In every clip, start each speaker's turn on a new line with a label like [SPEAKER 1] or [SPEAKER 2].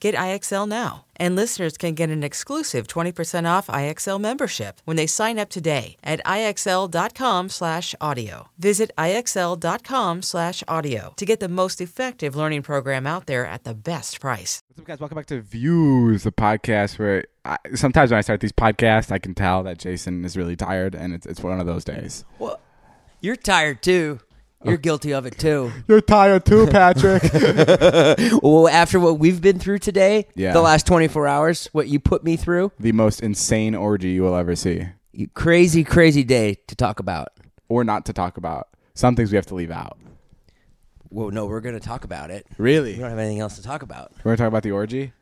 [SPEAKER 1] Get IXL now. And listeners can get an exclusive 20% off IXL membership when they sign up today at IXL.com slash audio. Visit IXL.com slash audio to get the most effective learning program out there at the best price.
[SPEAKER 2] What's up, guys? Welcome back to Views, the podcast where I, sometimes when I start these podcasts, I can tell that Jason is really tired, and it's, it's one of those days.
[SPEAKER 3] Well, you're tired too.
[SPEAKER 2] Oh.
[SPEAKER 3] You're guilty of it too.
[SPEAKER 2] You're tired too, Patrick.
[SPEAKER 3] Well, after what we've been through today,
[SPEAKER 2] Yeah.
[SPEAKER 3] the last 24 hours, what you put me through,
[SPEAKER 2] the most insane orgy you will ever see,
[SPEAKER 3] you crazy, crazy day to talk about.
[SPEAKER 2] or not to talk about. Some things we have to leave out.
[SPEAKER 3] Well, no, we're going to talk about it.
[SPEAKER 2] Really?
[SPEAKER 3] We
[SPEAKER 2] We're
[SPEAKER 3] don't have anything else to talk about.
[SPEAKER 2] gonna talk about the orgy.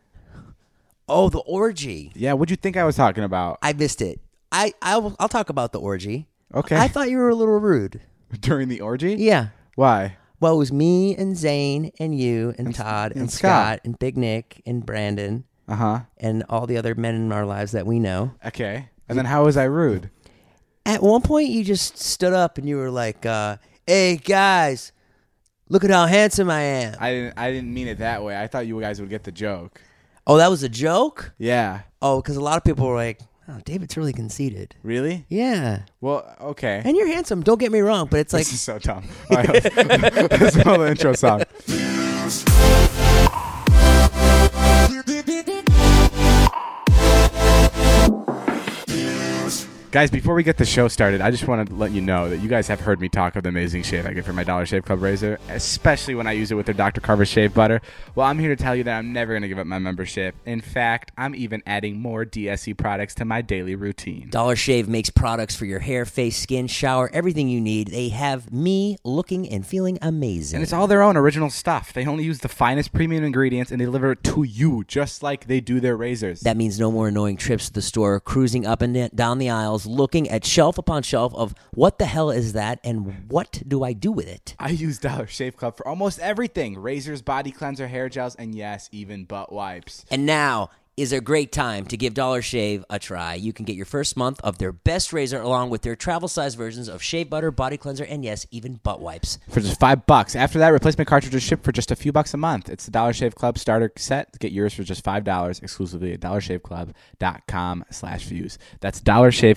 [SPEAKER 3] Oh, the orgy.
[SPEAKER 2] Yeah. What'd you think I was talking about
[SPEAKER 3] I missed it. I, I will, I'll talk about the orgy.
[SPEAKER 2] Okay.
[SPEAKER 3] I thought you were a little rude.
[SPEAKER 2] during the orgy?
[SPEAKER 3] Yeah.
[SPEAKER 2] Why?
[SPEAKER 3] Well, it was me and Zane and you and, Todd and,
[SPEAKER 2] and Scott.
[SPEAKER 3] Scott and Big Nick and Brandon
[SPEAKER 2] Uh huh.
[SPEAKER 3] and all the other men in our lives that we know.
[SPEAKER 2] Okay. And then how was I rude?
[SPEAKER 3] At one point, you just stood up and you were like, uh, "Hey guys, look at how handsome I am."
[SPEAKER 2] I didn't. I didn't mean it that way. I thought you guys would get the joke.
[SPEAKER 3] oh, that was a joke.
[SPEAKER 2] Yeah.
[SPEAKER 3] Oh, because a lot of people were like, "Oh, David's really conceited."
[SPEAKER 2] Really?
[SPEAKER 3] Yeah,
[SPEAKER 2] Well, okay.
[SPEAKER 3] and you're handsome. Don't get me wrong, but it's like,
[SPEAKER 2] This is so dumb. All right, let's roll the intro song. Guys, before we get the show started, I just want to let you know that you guys have heard me talk of the amazing shave I get from my Dollar Shave Club razor, especially when I use it with their Dr. Carver shave butter. Well, I'm here to tell you that I'm never going to give up my membership. In fact, I'm even adding more DSE products to my daily routine.
[SPEAKER 3] Dollar Shave makes products for your hair, face, skin, shower, everything you need. They have me looking and feeling amazing.
[SPEAKER 2] And it's all their own original stuff. They only use the finest premium ingredients and they deliver it to you just like they do their razors.
[SPEAKER 3] That means no more annoying trips to the store, cruising up and down the aisles, looking at shelf upon shelf of what the hell is that and what do I do with it?
[SPEAKER 2] I use Dollar Shave Club for almost everything razors, body cleanser, hair gels, and yes, even butt wipes.
[SPEAKER 3] And now is a great time to give Dollar Shave a try. You can get your first month of their best razor along with their travel size versions of shave butter, body cleanser, and yes, even butt wipes.
[SPEAKER 2] For just five bucks. After that, replacement cartridges ship for just a few bucks a month. It's the Dollar Shave Club starter set. Get yours for just five dollars exclusively at dollarshaveclub.com slash views. That's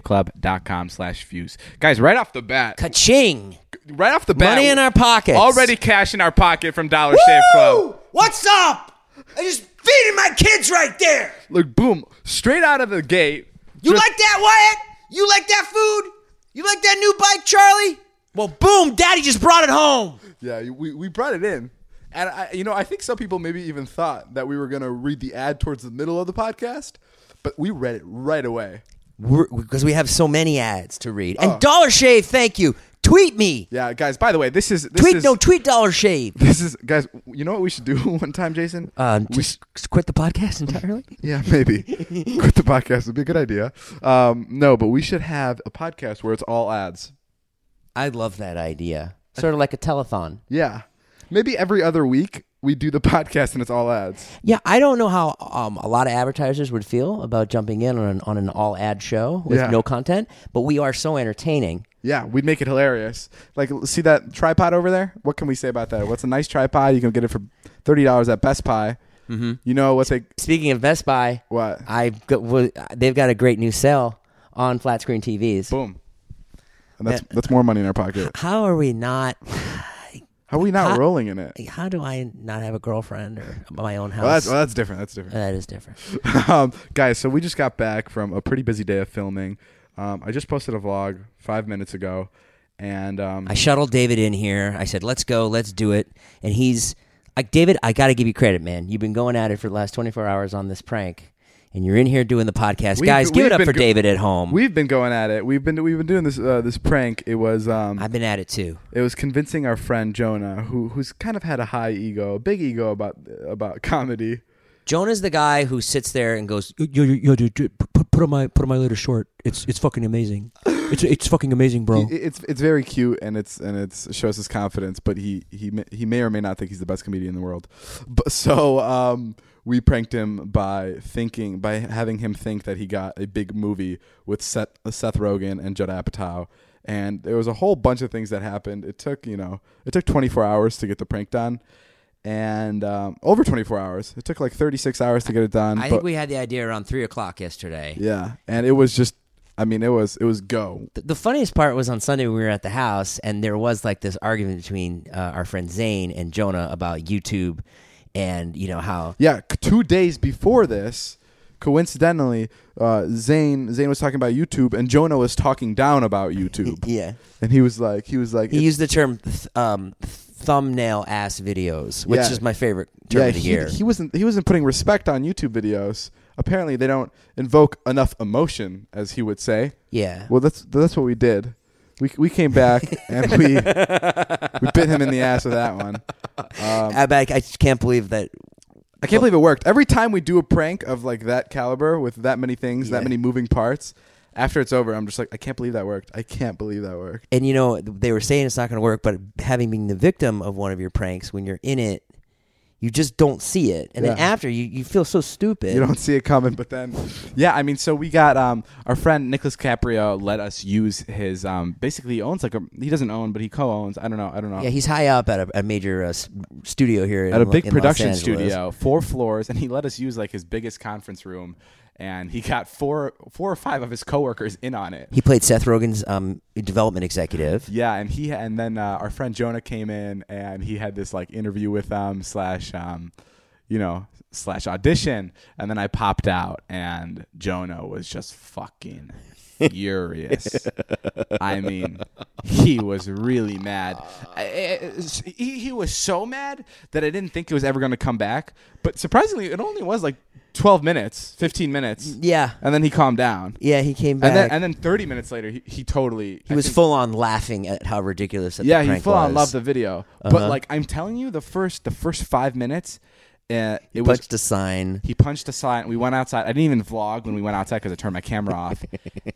[SPEAKER 2] dollarshaveclub.com slash views. Guys, right off the bat,
[SPEAKER 3] Ka-ching!
[SPEAKER 2] right off the bat,
[SPEAKER 3] Money in our pockets.
[SPEAKER 2] already cash in our pocket from Dollar Shave Club.
[SPEAKER 3] What's up? I just feeding my kids right there.
[SPEAKER 2] like boom, straight out of the gate.
[SPEAKER 3] You like that, Wyatt? You like that food? You like that new bike, Charlie? Well, boom, Daddy just brought it home.
[SPEAKER 4] Yeah, we, we brought it in. And, I, you know, I think some people maybe even thought that we were going to read the ad towards the middle of the podcast, but we read it right away.
[SPEAKER 3] Because we have so many ads to read. And Dollar Shave, thank you. Tweet me.
[SPEAKER 2] Yeah, guys. By the way, this is this
[SPEAKER 3] Tweet,
[SPEAKER 2] is
[SPEAKER 3] no, tweet Dollar Shave.
[SPEAKER 4] This is, guys, you know what we should do one time, Jason? Uh,
[SPEAKER 3] Um, just quit the podcast entirely.
[SPEAKER 4] yeah, maybe. Quit the podcast would be a good idea. Um, no, but we should have a podcast where it's all ads.
[SPEAKER 3] I love that idea. Sort of like a telethon.
[SPEAKER 4] Yeah. Maybe every other week we do the podcast and it's all ads.
[SPEAKER 3] Yeah, I don't know how um, a lot of advertisers would feel about jumping in on an, on an all ad show with
[SPEAKER 4] Yeah.
[SPEAKER 3] no content, but we are so entertaining.
[SPEAKER 4] Yeah, we'd make it hilarious. Like, see that tripod over there? What can we say about that? What's a nice tripod? You can get it for thirty dollars at Best Buy. Mm-hmm. You know what's a
[SPEAKER 3] Speaking of Best Buy,
[SPEAKER 4] what?
[SPEAKER 3] I got, well, they've got a great new sale on flat screen TVs.
[SPEAKER 2] boom.
[SPEAKER 4] And that's that's more money in our pocket.
[SPEAKER 3] How are we not?
[SPEAKER 4] How are we not
[SPEAKER 3] How-
[SPEAKER 4] rolling in it?
[SPEAKER 3] How do I not have a girlfriend or my own house?
[SPEAKER 4] Well, that's well, that's different. That's different.
[SPEAKER 3] that is different.
[SPEAKER 4] um, guys, so we just got back from a pretty busy day of filming. Um, I just posted a vlog five minutes ago, and um,
[SPEAKER 3] I shuttled David in here. I said, "Let's go, let's do it," and he's I, David, I got to give you credit, man. You've been going at it for the last 24 hours on this prank, and you're in here doing the podcast.
[SPEAKER 5] We've
[SPEAKER 3] Guys,
[SPEAKER 5] been-
[SPEAKER 3] give it
[SPEAKER 5] we've
[SPEAKER 3] up
[SPEAKER 5] been
[SPEAKER 3] for
[SPEAKER 5] go-
[SPEAKER 3] David at home.
[SPEAKER 5] We've been going at it. We've been we've been doing this uh, this prank. It was um
[SPEAKER 3] I've been at it too.
[SPEAKER 5] it was convincing our friend Jonah, who who's kind of had a high ego, a big ego about about comedy.
[SPEAKER 3] Jonah's the guy who sits there and goes,
[SPEAKER 6] yo, yo, yo dude, dude, put- put, put on my put on my latest short. It's it's fucking amazing. It's it's fucking amazing, bro.
[SPEAKER 5] It- It's it's very cute and it's and it's shows his confidence, but he he ma- he may or may not think he's the best comedian in the world. But so um we pranked him by thinking by having him think that he got a big movie with Seth Seth Rogen and Judd Apatow. And there was a whole bunch of things that happened. It took, you know, it took 24 hours to get the prank done. And um, over 24 hours. It took like 36 hours to get it done.
[SPEAKER 3] I
[SPEAKER 5] Um, but-
[SPEAKER 3] think we had the idea around 3 o'clock yesterday.
[SPEAKER 5] Yeah, and it was just. I mean, it was it was go.
[SPEAKER 3] Th- The funniest part was on Sunday when we were at the house, and there was like this argument between uh, our friend Zane and Jonah about YouTube, and you know how
[SPEAKER 5] Yeah, c- two days before this, coincidentally, uh, Zane Zane was talking about YouTube, and Jonah was talking down about YouTube,
[SPEAKER 3] yeah
[SPEAKER 5] and he was like, he was like,
[SPEAKER 3] he
[SPEAKER 5] it-
[SPEAKER 3] used the term th- um, thumbnail ass videos, which
[SPEAKER 5] Yeah.
[SPEAKER 3] is my favorite term
[SPEAKER 5] yeah,
[SPEAKER 3] of the
[SPEAKER 5] he,
[SPEAKER 3] year.
[SPEAKER 5] he wasn't he wasn't putting respect on YouTube videos. Apparently, they don't invoke enough emotion, as he would say.
[SPEAKER 3] yeah,
[SPEAKER 5] Well, that's that's what we did. We, we came back and we we bit him in the ass with that one. Um,
[SPEAKER 3] I, but I, I just can't believe that.
[SPEAKER 5] I can't believe it worked. Every time we do a prank of like that caliber with that many things, that
[SPEAKER 3] Yeah.
[SPEAKER 5] many moving parts, after it's over, I'm just like, I can't believe that worked. I can't believe that worked.
[SPEAKER 3] And you know they were saying it's not going to work, but having been the victim of one of your pranks, when you're in it, you just don't see it, and then
[SPEAKER 5] Yeah.
[SPEAKER 3] after you, you feel so stupid.
[SPEAKER 5] You don't see it coming, but then,
[SPEAKER 2] Yeah, I mean, so we got um, our friend Nicholas Caprio let us use his. Um, basically, he owns like a. He doesn't own, but he co-owns. I don't know. I don't know.
[SPEAKER 3] yeah, he's high up at a, a major uh, s- studio here in
[SPEAKER 2] at a
[SPEAKER 3] Lo-
[SPEAKER 2] big
[SPEAKER 3] in Los
[SPEAKER 2] production
[SPEAKER 3] Angeles.
[SPEAKER 2] studio, four floors, and he let us use like his biggest conference room, and he got four, four or five of his coworkers in on it.
[SPEAKER 3] He played Seth Rogen's um, development executive.
[SPEAKER 2] Yeah, and he and then uh, our friend Jonah came in and he had this like interview with them slash um, you know slash audition, and then I popped out and Jonah was just fucking furious. I mean, he was really mad. I- I- I- he, he was so mad that I didn't think it was ever going to come back. But surprisingly, it only was like twelve minutes, fifteen minutes,
[SPEAKER 3] Yeah,
[SPEAKER 2] and then he calmed down.
[SPEAKER 3] yeah, he came back.
[SPEAKER 2] And then, and then 30 minutes later, he, he totally.
[SPEAKER 3] he was full on laughing at how ridiculous. That
[SPEAKER 2] yeah,
[SPEAKER 3] the
[SPEAKER 2] he
[SPEAKER 3] prank Uh-huh.
[SPEAKER 2] full
[SPEAKER 3] was.
[SPEAKER 2] on loved the video, but like I'm telling you, the first the first five minutes, uh, it was
[SPEAKER 3] punched a sign.
[SPEAKER 2] he punched a sign. We went outside. I didn't even vlog when we went outside because I turned my camera off,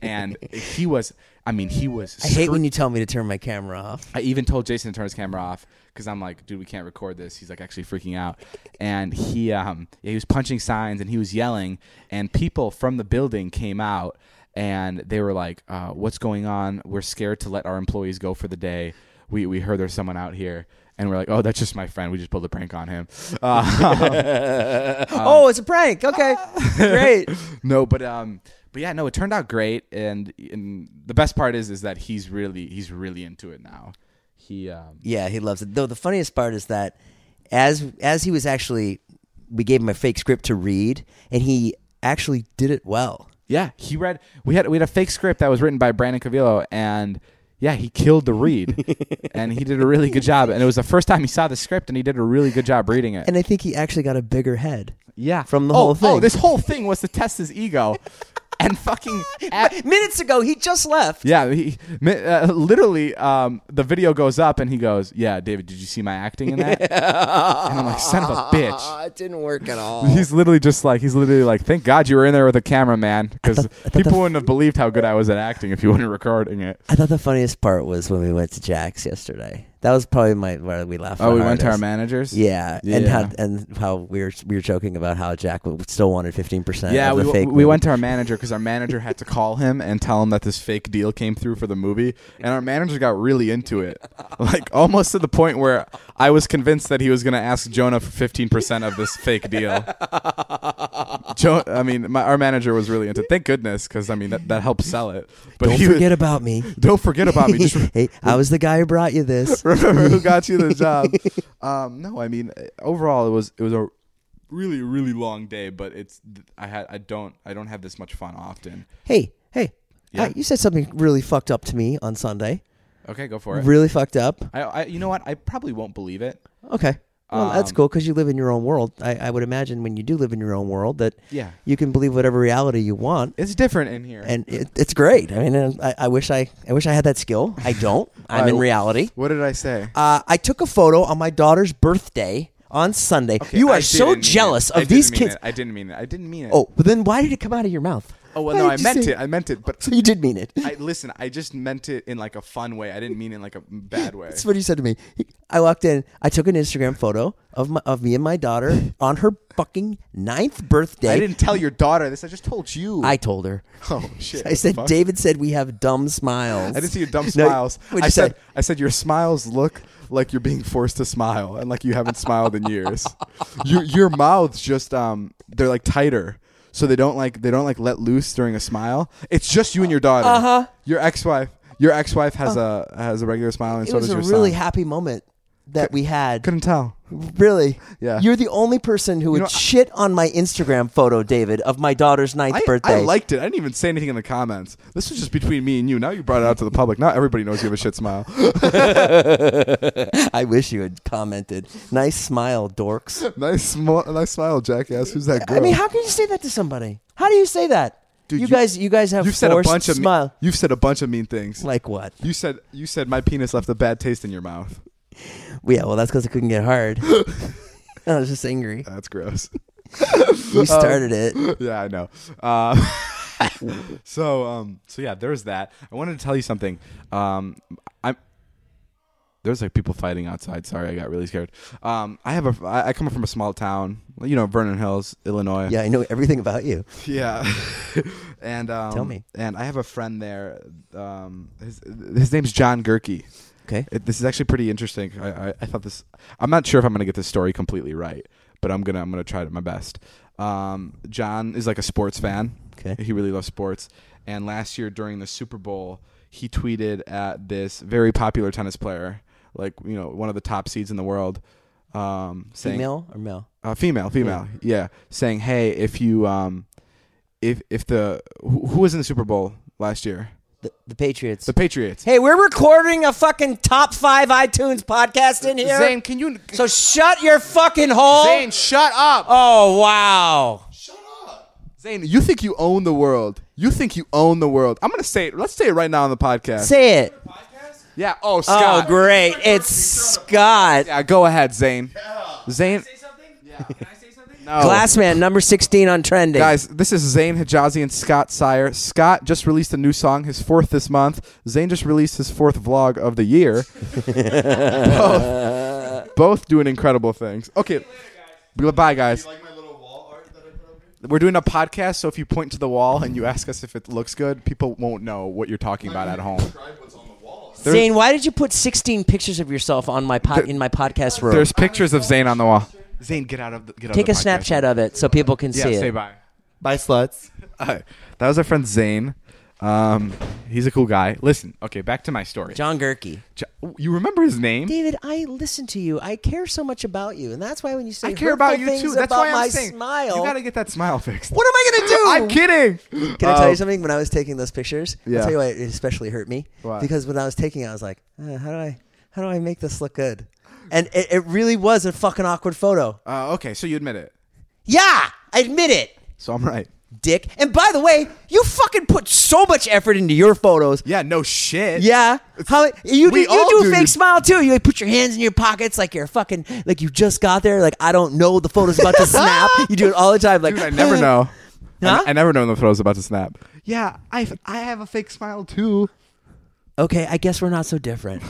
[SPEAKER 2] and he was. I mean, he was.
[SPEAKER 3] I hate when you tell me to turn my camera off.
[SPEAKER 2] I even told Jason to turn his camera off because I'm like, dude, we can't record this. He's like actually freaking out, and he um yeah, he was punching signs and he was yelling, and people from the building came out and they were like, uh, "What's going on? We're scared to let our employees go for the day. We we heard there's someone out here." And we're like, oh, that's just my friend. We just pulled a prank on him. Uh,
[SPEAKER 3] oh, it's a prank. Okay, great.
[SPEAKER 2] no, but um, but yeah, no, it turned out great. And, and the best part is, is that he's really, he's really into it now. He, um,
[SPEAKER 3] Yeah, he loves it. Though the funniest part is that as as he was actually, we gave him a fake script to read, and he actually did it well.
[SPEAKER 2] Yeah, he read. We had we had a fake script that was written by Brandon Cavillo, and yeah, he killed the read, and he did a really good job. And it was the first time he saw the script, and he did a really good job reading it.
[SPEAKER 3] And I think he actually got a bigger head.
[SPEAKER 2] yeah,
[SPEAKER 3] from the
[SPEAKER 2] Oh,
[SPEAKER 3] whole thing.
[SPEAKER 2] Oh, this whole thing was to test his ego, and fucking. at-
[SPEAKER 3] Minutes ago, he just left.
[SPEAKER 2] yeah, he mi- uh, literally um, the video goes up and he goes, "Yeah, David, did you see my acting in that?" and I'm like, "Son of a bitch."
[SPEAKER 3] Ah, it didn't work at all.
[SPEAKER 2] He's literally just like he's literally like, "Thank God you were in there with a cameraman because people wouldn't have believed how good I was at acting if you weren't recording it."
[SPEAKER 3] I thought the funniest part was when we went to Jack's yesterday. That was probably my where we laughed.
[SPEAKER 2] Oh,
[SPEAKER 3] the
[SPEAKER 2] we went to our
[SPEAKER 3] hardest.
[SPEAKER 2] managers.
[SPEAKER 3] Yeah, and
[SPEAKER 2] Yeah.
[SPEAKER 3] how and how we were we were joking about how Jack w- still wanted fifteen percent.
[SPEAKER 2] Yeah,
[SPEAKER 3] Uh, of
[SPEAKER 2] we,
[SPEAKER 3] the fake
[SPEAKER 2] we went to our manager because our manager had to call him and tell him that this fake deal came through for the movie, and our manager got really into it, like almost to the point where I was convinced that he was going to ask Jonah for fifteen percent of this fake deal. Jo- I mean, my, our manager was really into. it. Thank goodness, because I mean that, that helps sell it. But
[SPEAKER 3] Don't
[SPEAKER 2] he was-
[SPEAKER 3] forget about me.
[SPEAKER 2] don't forget about me. Just re-
[SPEAKER 3] hey, I was the guy who brought you this.
[SPEAKER 2] remember who got
[SPEAKER 5] Got you the job. um, no, I mean,
[SPEAKER 2] overall it was it was a really really long day but it's i had i don't i don't have this much fun often
[SPEAKER 3] Hey, hey,
[SPEAKER 2] Yeah.
[SPEAKER 3] uh, you said something really fucked up to me on Sunday.
[SPEAKER 2] okay go for it
[SPEAKER 3] Really fucked up.
[SPEAKER 2] I, I you know what i probably won't believe it
[SPEAKER 3] Okay. Well, that's
[SPEAKER 7] Um,
[SPEAKER 3] cool because you live in your own world. I, I would imagine when you do live in your own world that
[SPEAKER 7] Yeah.
[SPEAKER 3] you can believe whatever reality you want,
[SPEAKER 7] It's different in here.
[SPEAKER 3] and it, it's great. I mean, and I, I wish I, I wish I had that skill. I don't. I'm in
[SPEAKER 2] I-
[SPEAKER 3] reality.
[SPEAKER 2] What did I say?
[SPEAKER 3] Uh, I took a photo on my daughter's birthday on Sunday.
[SPEAKER 7] Okay,
[SPEAKER 3] you are
[SPEAKER 7] I
[SPEAKER 3] so
[SPEAKER 7] didn't mean
[SPEAKER 3] jealous
[SPEAKER 7] it. I
[SPEAKER 3] of these
[SPEAKER 7] didn't mean
[SPEAKER 3] kids.
[SPEAKER 7] it. I didn't mean it. I didn't mean it.
[SPEAKER 3] Oh, but then why did it come out of your mouth?
[SPEAKER 7] oh well,
[SPEAKER 3] Why
[SPEAKER 7] no, I
[SPEAKER 3] did you
[SPEAKER 7] meant
[SPEAKER 3] say-
[SPEAKER 7] it. I meant it. But
[SPEAKER 3] So you did mean it.
[SPEAKER 7] I listen. I just meant it in like a fun way. I didn't mean it in like a bad way.
[SPEAKER 3] That's what he said to me. He- I walked in. I took an Instagram photo of my, of me and my daughter on her fucking ninth birthday.
[SPEAKER 7] I didn't tell your daughter this. I just told you.
[SPEAKER 3] I told her.
[SPEAKER 7] oh shit.
[SPEAKER 3] I said,
[SPEAKER 7] Fuck.
[SPEAKER 3] David said we have dumb smiles.
[SPEAKER 2] I didn't see your dumb
[SPEAKER 3] No,
[SPEAKER 2] smiles.
[SPEAKER 3] what'd
[SPEAKER 2] I
[SPEAKER 3] you
[SPEAKER 2] said
[SPEAKER 3] say?
[SPEAKER 2] I said your smiles look like you're being forced to smile and like you haven't smiled in years. Your your mouths just um they're like tighter. So they don't like they don't like let loose during a smile. It's just you and your daughter. Uh-huh. Your ex-wife. Your ex-wife has a has a regular smile and
[SPEAKER 3] Uh. It
[SPEAKER 2] so
[SPEAKER 3] was
[SPEAKER 2] does
[SPEAKER 3] a
[SPEAKER 2] your
[SPEAKER 3] really
[SPEAKER 2] son.
[SPEAKER 3] happy moment that we had.
[SPEAKER 2] Couldn't tell.
[SPEAKER 3] Really?
[SPEAKER 2] Yeah.
[SPEAKER 3] You're the only person who would
[SPEAKER 2] know, I-
[SPEAKER 3] shit on my Instagram photo, David, of my daughter's ninth
[SPEAKER 2] I,
[SPEAKER 3] birthday.
[SPEAKER 2] I liked it. I didn't even say anything in the comments. This was just between me and you. Now you brought it out to the public. Now everybody knows you have a shit smile.
[SPEAKER 3] I wish you had commented. Nice smile, dorks.
[SPEAKER 2] nice, smile, nice smile, jackass. Who's that girl?
[SPEAKER 3] I mean, how can you say that to somebody? How do you say that?
[SPEAKER 2] Dude,
[SPEAKER 3] you,
[SPEAKER 2] you-
[SPEAKER 3] guys, you guys have
[SPEAKER 2] you've said a
[SPEAKER 3] forced
[SPEAKER 2] bunch of me-
[SPEAKER 3] smile.
[SPEAKER 2] you've said a bunch of mean things.
[SPEAKER 3] like what?
[SPEAKER 2] You said you said my penis left a bad taste in your mouth.
[SPEAKER 3] Well, yeah, well, that's because it couldn't get hard. I was just angry.
[SPEAKER 2] That's gross.
[SPEAKER 3] You started it.
[SPEAKER 2] Uh, yeah, I know. Uh, so um, so yeah, there's that. I wanted to tell you something. Um, I'm there's like people fighting outside. Sorry, I got really scared. Um, I have a I, I come from a small town, you know, Vernon Hills, Illinois.
[SPEAKER 3] Yeah, I know everything about you.
[SPEAKER 2] Yeah. and um,
[SPEAKER 3] Tell me.
[SPEAKER 2] And I have a friend there. Um, his his name's John Gerke.
[SPEAKER 3] Okay.
[SPEAKER 2] It, this is actually pretty interesting. I, I, I thought this. I'm not sure if I'm gonna get this story completely right, but I'm gonna I'm gonna try to my best. Um, John is like a sports fan.
[SPEAKER 3] Okay.
[SPEAKER 2] He really loves sports. And last year during the Super Bowl, he tweeted at this very popular tennis player, like you know one of the top seeds in the world, um, saying
[SPEAKER 3] Female or male?
[SPEAKER 2] uh, female, female, yeah. saying, "Hey, if you, um, if if the who, who was in the Super Bowl last year?
[SPEAKER 3] The, the Patriots.
[SPEAKER 2] The Patriots.
[SPEAKER 3] hey, we're recording a fucking top five iTunes podcast in here.
[SPEAKER 7] Zane, can you?
[SPEAKER 3] So shut your fucking hole.
[SPEAKER 7] Zane, shut up.
[SPEAKER 3] Oh wow.
[SPEAKER 2] Zane, you think you own the world? You think you own the world? I'm gonna say it. Let's say it right now on the podcast.
[SPEAKER 3] Say it.
[SPEAKER 2] yeah. Oh, Scott.
[SPEAKER 3] Oh great. It's Scott.
[SPEAKER 2] yeah, go ahead, Zane. Zane, No.
[SPEAKER 3] Glassman, number sixteen on trending.
[SPEAKER 2] Oh. guys, this is Zane Hijazi and Scott Sire. Scott just released a new song, his fourth this month. Zane just released his fourth vlog of the year. both, both doing incredible things. Okay. Goodbye, guys. We're doing a podcast, so if you point to the wall and you ask us if it looks good, people won't know what you're talking about at home.
[SPEAKER 3] Zane, why did you put sixteen pictures of yourself on my pod, in my podcast room?
[SPEAKER 2] There's pictures of Zane on the wall. Zane, get out of the get out
[SPEAKER 3] Take a
[SPEAKER 2] of the podcast.
[SPEAKER 3] Snapchat of it so people can
[SPEAKER 2] Yeah,
[SPEAKER 3] see
[SPEAKER 2] say
[SPEAKER 3] it.
[SPEAKER 2] bye.
[SPEAKER 3] Bye, sluts.
[SPEAKER 2] Alright, That was our friend Zane. Um, he's a cool guy. Listen, okay, back to my story.
[SPEAKER 3] John Gerke.
[SPEAKER 2] Jo- You remember his name?
[SPEAKER 3] David, I listen to you. I care so much about you, and that's why when you say
[SPEAKER 2] I care about
[SPEAKER 3] hurtful
[SPEAKER 2] you
[SPEAKER 3] things
[SPEAKER 2] too. That's
[SPEAKER 3] about
[SPEAKER 2] why I'm
[SPEAKER 3] my
[SPEAKER 2] saying
[SPEAKER 3] smile,
[SPEAKER 2] you gotta get that smile fixed.
[SPEAKER 3] what am I gonna do?
[SPEAKER 2] I'm kidding.
[SPEAKER 3] Can I tell
[SPEAKER 2] Um,
[SPEAKER 3] you something? When I was taking those pictures,
[SPEAKER 2] Yeah.
[SPEAKER 3] I'll tell you why it especially hurt me.
[SPEAKER 2] Why?
[SPEAKER 3] Because when I was taking it, I was like, uh, how do I, how do I make this look good? And it, it really was a fucking awkward photo.
[SPEAKER 2] Uh, okay, so you admit it.
[SPEAKER 3] Yeah, I admit it,
[SPEAKER 2] So I'm right.
[SPEAKER 3] dick. And by the way, you fucking put so much effort into your photos.
[SPEAKER 2] Yeah, no shit.
[SPEAKER 3] Yeah, how you do,
[SPEAKER 2] We
[SPEAKER 3] you
[SPEAKER 2] all
[SPEAKER 3] do a
[SPEAKER 2] do.
[SPEAKER 3] fake smile too? You like put your hands in your pockets like you're fucking like you just got there. Like I don't know the photo's about to snap. You do it all the time. Like
[SPEAKER 2] Dude, I never know.
[SPEAKER 3] Huh?
[SPEAKER 2] I, I never know when the photo's about to snap. Yeah, I I have a fake smile too.
[SPEAKER 3] Okay, I guess we're not so different.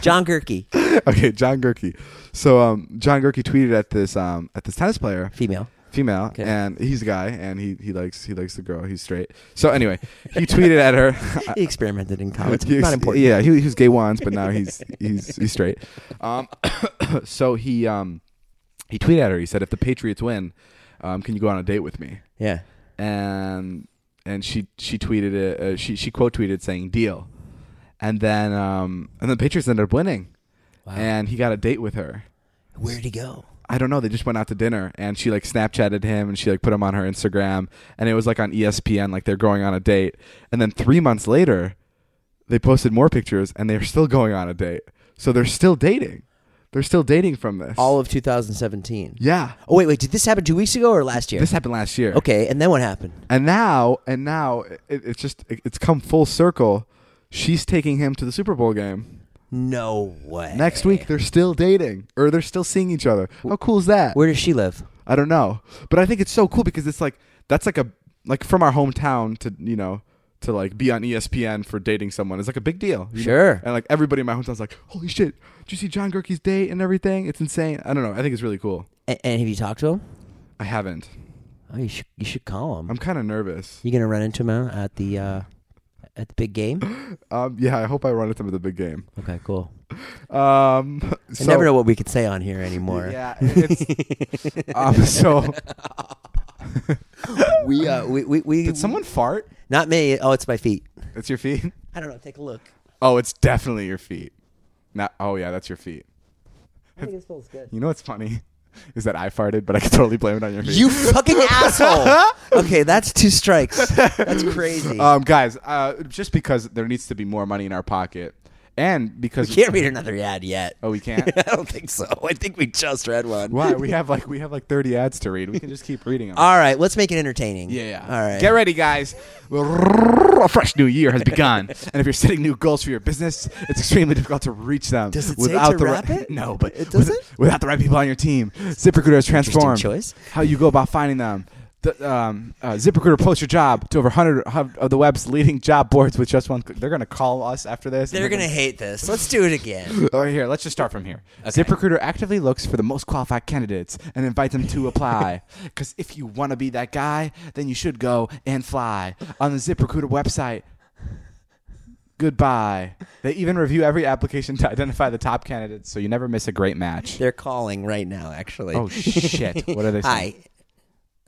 [SPEAKER 3] John Gerke,
[SPEAKER 2] okay, John Gerke. So um, John Gerke tweeted at this um, at this tennis player,
[SPEAKER 3] female.
[SPEAKER 2] female, and he's a guy, and he, he likes he likes the girl. He's straight. So anyway, he tweeted at her.
[SPEAKER 3] He experimented in college.
[SPEAKER 2] He was-
[SPEAKER 3] Not important.
[SPEAKER 2] Yeah, he, he was gay once, but now he's he's he's straight. Um, so he um he tweeted at her. He said, "If the Patriots win, um, can you go on a date with me?"
[SPEAKER 3] Yeah.
[SPEAKER 2] And and she she tweeted it. Uh, she she quote tweeted saying, "Deal." And then um and the Patriots ended up winning,
[SPEAKER 3] Uh-huh.
[SPEAKER 2] and he got a date with her.
[SPEAKER 3] Where'd he go?
[SPEAKER 2] I don't know. They just went out to dinner, and she like Snapchatted him, and she like put him on her Instagram, and it was like on E ESPN, like they're going on a date. And then three months later, they posted more pictures, and they're still going on a date. So they're still dating. They're still dating from this.
[SPEAKER 3] All of 2017.
[SPEAKER 2] yeah.
[SPEAKER 3] Oh wait, wait. Did this happen two weeks ago or last year?
[SPEAKER 2] This happened last year.
[SPEAKER 3] okay, and then what happened?
[SPEAKER 2] And now, and now, it, it's just it- it's come full circle. She's taking him to the Super Bowl game
[SPEAKER 3] No way.
[SPEAKER 2] next week. They're still dating, or they're still seeing each other. How cool is that?
[SPEAKER 3] Where does she live?
[SPEAKER 2] I don't know, but I think it's so cool because it's like that's like a like from our hometown to you know to like be on E ESPN for dating someone is like a big deal. you know?
[SPEAKER 3] Sure.
[SPEAKER 2] and like everybody in my hometown's like, holy shit, did you see John Gerke's date and everything? It's insane. I don't know. I think it's really cool.
[SPEAKER 3] And, and have you talked to him?
[SPEAKER 2] I haven't.
[SPEAKER 3] Oh, you should you should call him.
[SPEAKER 2] I'm kind of nervous.
[SPEAKER 3] you gonna run into him out at the uh, at the big game?
[SPEAKER 2] Um, yeah, I hope I run into him at the big game.
[SPEAKER 3] Okay, cool.
[SPEAKER 2] Um,
[SPEAKER 3] I
[SPEAKER 2] so,
[SPEAKER 3] never know what we could say on here anymore.
[SPEAKER 2] Yeah, it's, um, so
[SPEAKER 3] We uh we we, we
[SPEAKER 2] did someone fart?
[SPEAKER 3] not me. Oh, it's my feet.
[SPEAKER 2] It's your feet.
[SPEAKER 3] I don't know. Take a look.
[SPEAKER 2] Oh, it's definitely your feet. Not. Oh yeah, that's your feet.
[SPEAKER 3] I think it smells good.
[SPEAKER 2] You know what's funny is that I farted, but I can totally blame it on your feet.
[SPEAKER 3] You fucking asshole. Okay, that's two strikes. That's crazy.
[SPEAKER 2] um, guys, uh, just because there needs to be more money in our pocket, and because
[SPEAKER 3] we can't read another ad yet.
[SPEAKER 2] Oh, we can't.
[SPEAKER 3] I don't think so. I think we just read one.
[SPEAKER 2] Why? We have like we have like thirty ads to read. We can just keep reading them.
[SPEAKER 3] All right, let's make it entertaining.
[SPEAKER 2] Yeah, yeah.
[SPEAKER 3] All right.
[SPEAKER 2] Get ready, guys. A fresh new year has begun, and if you're setting new goals for your business, it's extremely difficult to reach them.
[SPEAKER 3] Does it say
[SPEAKER 2] without
[SPEAKER 3] to
[SPEAKER 2] the
[SPEAKER 3] wrap
[SPEAKER 2] right,
[SPEAKER 3] it?
[SPEAKER 2] No, but
[SPEAKER 3] It doesn't?
[SPEAKER 2] with- without the right people on your team, ZipRecruiter has transformed
[SPEAKER 3] choice.
[SPEAKER 2] how you go about finding them. The, um, uh, ZipRecruiter posts your job to over 100 hub- of the web's leading job boards with just one. click. They're going to call us after this. and
[SPEAKER 3] They're gonna hate this. Let's do it again.
[SPEAKER 2] all right, here. Let's just start from here. ZipRecruiter actively looks for the most qualified candidates and invites them to apply. Because if you want to be that guy, then you should go and fly on the ZipRecruiter website. Goodbye. They even review every application to identify the top candidates, so you never miss a great match.
[SPEAKER 3] They're calling right now. Actually.
[SPEAKER 2] Oh shit! What are they saying?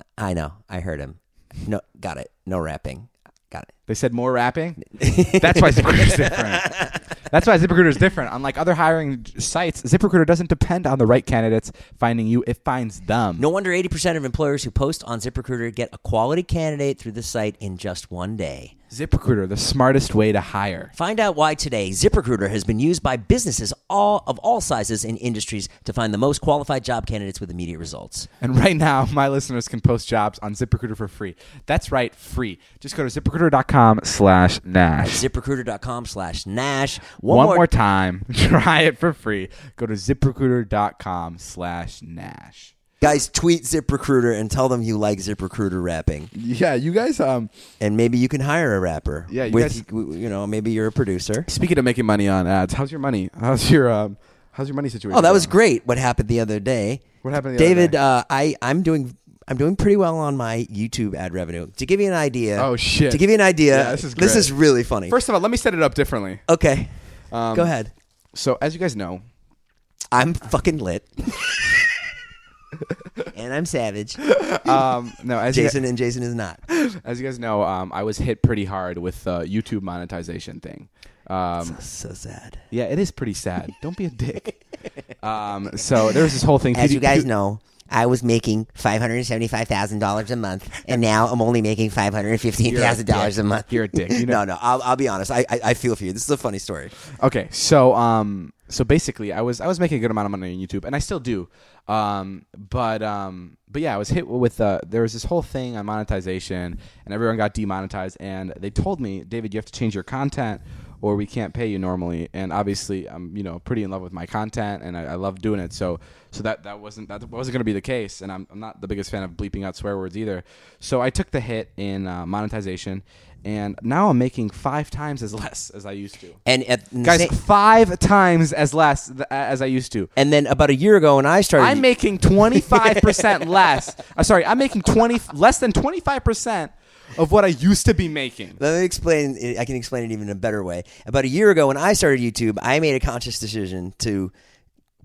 [SPEAKER 3] Hi. I know. I heard him. No, got it. No rapping. Got it.
[SPEAKER 2] They said more rapping. That's why ZipRecruiter's different. That's why ZipRecruiter is different. Unlike other hiring sites, ZipRecruiter doesn't depend on the right candidates finding you; it finds them.
[SPEAKER 8] No wonder 80% of employers who post on ZipRecruiter get a quality candidate through the site in just one day.
[SPEAKER 2] ZipRecruiter, the smartest way to hire.
[SPEAKER 8] Find out why today ZipRecruiter has been used by businesses all of all sizes and industries to find the most qualified job candidates with immediate results.
[SPEAKER 2] And right now, my listeners can post jobs on ZipRecruiter for free. That's right, free. Just go to ziprecruiter.com slash Nash.
[SPEAKER 8] ZipRecruiter.com slash Nash.
[SPEAKER 2] One, more, time, try it for free. Go to ziprecruiter.com slash Nash.
[SPEAKER 3] Guys, tweet ZipRecruiter and tell them you like ZipRecruiter rapping,
[SPEAKER 2] Yeah, you guys, um,
[SPEAKER 3] and maybe you can hire a rapper.
[SPEAKER 2] Yeah, you
[SPEAKER 3] with
[SPEAKER 2] guys-
[SPEAKER 3] you you know, maybe you're a producer.
[SPEAKER 2] speaking of making money on ads, how's your money? How's your, um, how's your money situation?
[SPEAKER 3] Oh, that was
[SPEAKER 2] going?
[SPEAKER 3] great. What happened the other day?
[SPEAKER 2] What happened the other
[SPEAKER 3] David?
[SPEAKER 2] day?
[SPEAKER 3] Uh, I I'm doing I'm doing pretty well on my YouTube ad revenue. To give you an idea.
[SPEAKER 2] Oh, shit.
[SPEAKER 3] To give you an idea.
[SPEAKER 2] Yeah, this is
[SPEAKER 3] this
[SPEAKER 2] great.
[SPEAKER 3] is really funny.
[SPEAKER 2] First of all, let me set it up differently. Um,
[SPEAKER 3] okay, go ahead.
[SPEAKER 2] So, as you guys know,
[SPEAKER 3] I'm fucking lit. and I'm savage.
[SPEAKER 2] um, no, as you guys-
[SPEAKER 3] Jason and Jason is not.
[SPEAKER 2] as you guys know, um, I was hit pretty hard with the YouTube monetization thing. Um,
[SPEAKER 3] So sad.
[SPEAKER 2] Yeah, it is pretty sad. Don't be a dick. um, so there was this whole thing.
[SPEAKER 3] As
[SPEAKER 2] Did
[SPEAKER 3] you guys
[SPEAKER 2] did-
[SPEAKER 3] know, I was making five hundred seventy-five thousand dollars a month, and now I'm only making five hundred fifteen thousand dollars a month.
[SPEAKER 2] You're a dick. You know-
[SPEAKER 3] no, no. I'll, I'll be honest. I, I I feel for you. This is a funny story.
[SPEAKER 2] Okay, so um, so basically, I was I was making a good amount of money on YouTube, and I still do. Um, but um, but yeah, I was hit with uh, there was this whole thing on monetization, and everyone got demonetized, and they told me, David, you have to change your content. Or we can't pay you normally, and obviously I'm, you know, pretty in love with my content, and I, I love doing it. So, so that that wasn't that wasn't going to be the case, and I'm, I'm not the biggest fan of bleeping out swear words either. So I took the hit in uh, monetization, and now I'm making five times as less as I used to
[SPEAKER 3] And at and the
[SPEAKER 2] guys
[SPEAKER 3] same-
[SPEAKER 2] five times as less th- as i used to
[SPEAKER 3] and then about a year ago, when I started,
[SPEAKER 2] i'm making 25% less uh, sorry i'm making 20 less than 25% of what i used to be making
[SPEAKER 3] Let me explain. it- I can explain it even in a better way. About a year ago, when I started YouTube, I made a conscious decision to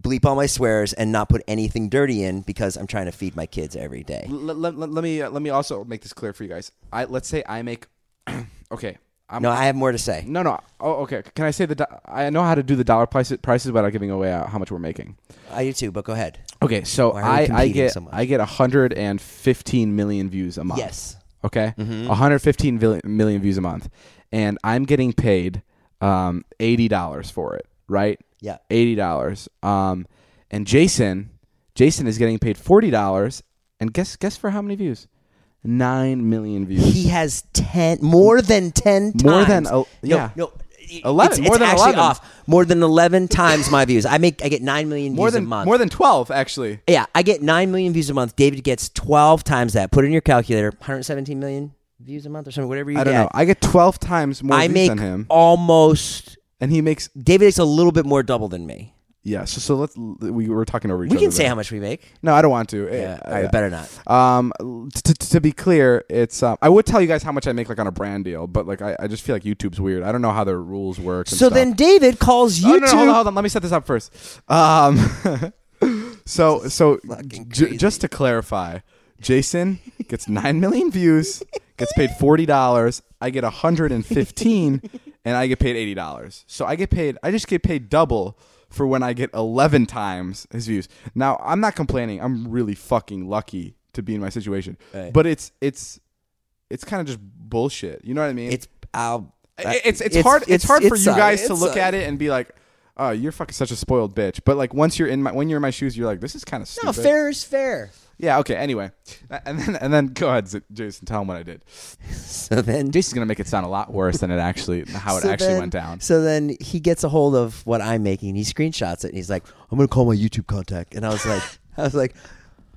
[SPEAKER 3] bleep all my swears and not put anything dirty in because I'm trying to feed my kids every day.
[SPEAKER 2] L- l- l- let me uh, let me also make this clear for you guys i let's say i make okay I'm,
[SPEAKER 3] No, I have more to say.
[SPEAKER 2] no no oh okay can i say the do- i know how to do the dollar price- prices without giving away uh, how much we're making
[SPEAKER 3] I do too, but go ahead.
[SPEAKER 2] okay so
[SPEAKER 3] are we
[SPEAKER 2] i i
[SPEAKER 3] competing
[SPEAKER 2] get
[SPEAKER 3] so much?
[SPEAKER 2] i get 115 million views a month
[SPEAKER 3] Yes.
[SPEAKER 2] okay
[SPEAKER 3] Mm-hmm.
[SPEAKER 2] 115 vil- million views a month and i'm getting paid um, $80 for it right
[SPEAKER 3] Yeah.
[SPEAKER 2] $80 um, And Jason, Jason is getting paid forty dollars, and guess guess for how many views? Nine million views.
[SPEAKER 3] He has ten more than ten times.
[SPEAKER 2] More than el- yeah.
[SPEAKER 3] No, no, it-
[SPEAKER 2] 11,
[SPEAKER 3] It's,
[SPEAKER 2] more
[SPEAKER 3] it's
[SPEAKER 2] than
[SPEAKER 3] actually
[SPEAKER 2] 11.
[SPEAKER 3] off. More than eleven times my views. I make I get nine million
[SPEAKER 4] more
[SPEAKER 3] views
[SPEAKER 4] than
[SPEAKER 3] a month.
[SPEAKER 4] more than twelve actually.
[SPEAKER 3] yeah, I get nine million views a month. David gets twelve times that. Put in your calculator. One hundred seventeen million views a month or something. Whatever you
[SPEAKER 2] I don't
[SPEAKER 3] get.
[SPEAKER 2] know. I get twelve times more
[SPEAKER 3] I
[SPEAKER 2] views
[SPEAKER 3] make
[SPEAKER 2] than him,
[SPEAKER 3] almost.
[SPEAKER 2] and he makes
[SPEAKER 3] David makes a little bit more double than me.
[SPEAKER 2] yeah. So so let's we were talking over each
[SPEAKER 3] We
[SPEAKER 2] other.
[SPEAKER 3] can say
[SPEAKER 2] there.
[SPEAKER 3] how much we make.
[SPEAKER 2] No, I don't want to. Eh,
[SPEAKER 3] Yeah,
[SPEAKER 2] eh,
[SPEAKER 3] all right, better not.
[SPEAKER 2] Um, to, to be clear, it's um, I would tell you guys how much I make like on a brand deal, but like I, I just feel like YouTube's weird. I don't know how their rules work. and
[SPEAKER 3] So
[SPEAKER 2] stuff.
[SPEAKER 3] then David calls
[SPEAKER 2] Oh,
[SPEAKER 3] you
[SPEAKER 2] no,
[SPEAKER 3] two.
[SPEAKER 2] no, hold on, hold on. Let me set this up first. Um, so so j- just to clarify, Jason gets nine million views, gets paid forty dollars. I get hundred and fifteen, and I get paid eighty dollars. So I get paid. I just get paid double for when I get eleven times his views. Now I'm not complaining. I'm really fucking lucky to be in my situation. But it's it's it's kind of just bullshit. You know what I mean?
[SPEAKER 3] It's I'll.
[SPEAKER 2] I- it's it's hard it's, hard for you guys to look at it and be like, oh, you're fucking such a spoiled bitch. But like once you're in my when you're in my shoes, you're like, this is kind of
[SPEAKER 3] No,
[SPEAKER 2] stupid.
[SPEAKER 3] fair is fair.
[SPEAKER 2] Yeah. Okay. Anyway, and then and then go ahead, Z- Jason, tell him what I did.
[SPEAKER 3] So then
[SPEAKER 2] Jason's gonna make it sound a lot worse than it actually how Oh, it
[SPEAKER 3] So
[SPEAKER 2] actually
[SPEAKER 3] then-
[SPEAKER 2] went down.
[SPEAKER 3] So then he gets a hold of what I'm making. He screenshots it and he's like, "I'm gonna call my YouTube contact." And I was like, I was like,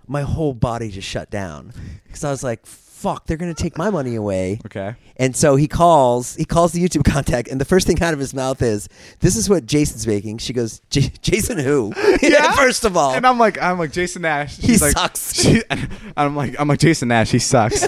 [SPEAKER 3] my whole body just shut down because I was like, "Fuck, they're gonna take my money away."
[SPEAKER 2] Okay.
[SPEAKER 3] And so he calls. He calls the YouTube contact, and the first thing out of his mouth is, "This is what Jason's making." She goes, J- "Jason who?" first of all,
[SPEAKER 2] And I'm like, I'm like Jason Nash. She's like,
[SPEAKER 3] sucks.
[SPEAKER 2] She, and I'm like, I'm like Jason Nash. He sucks.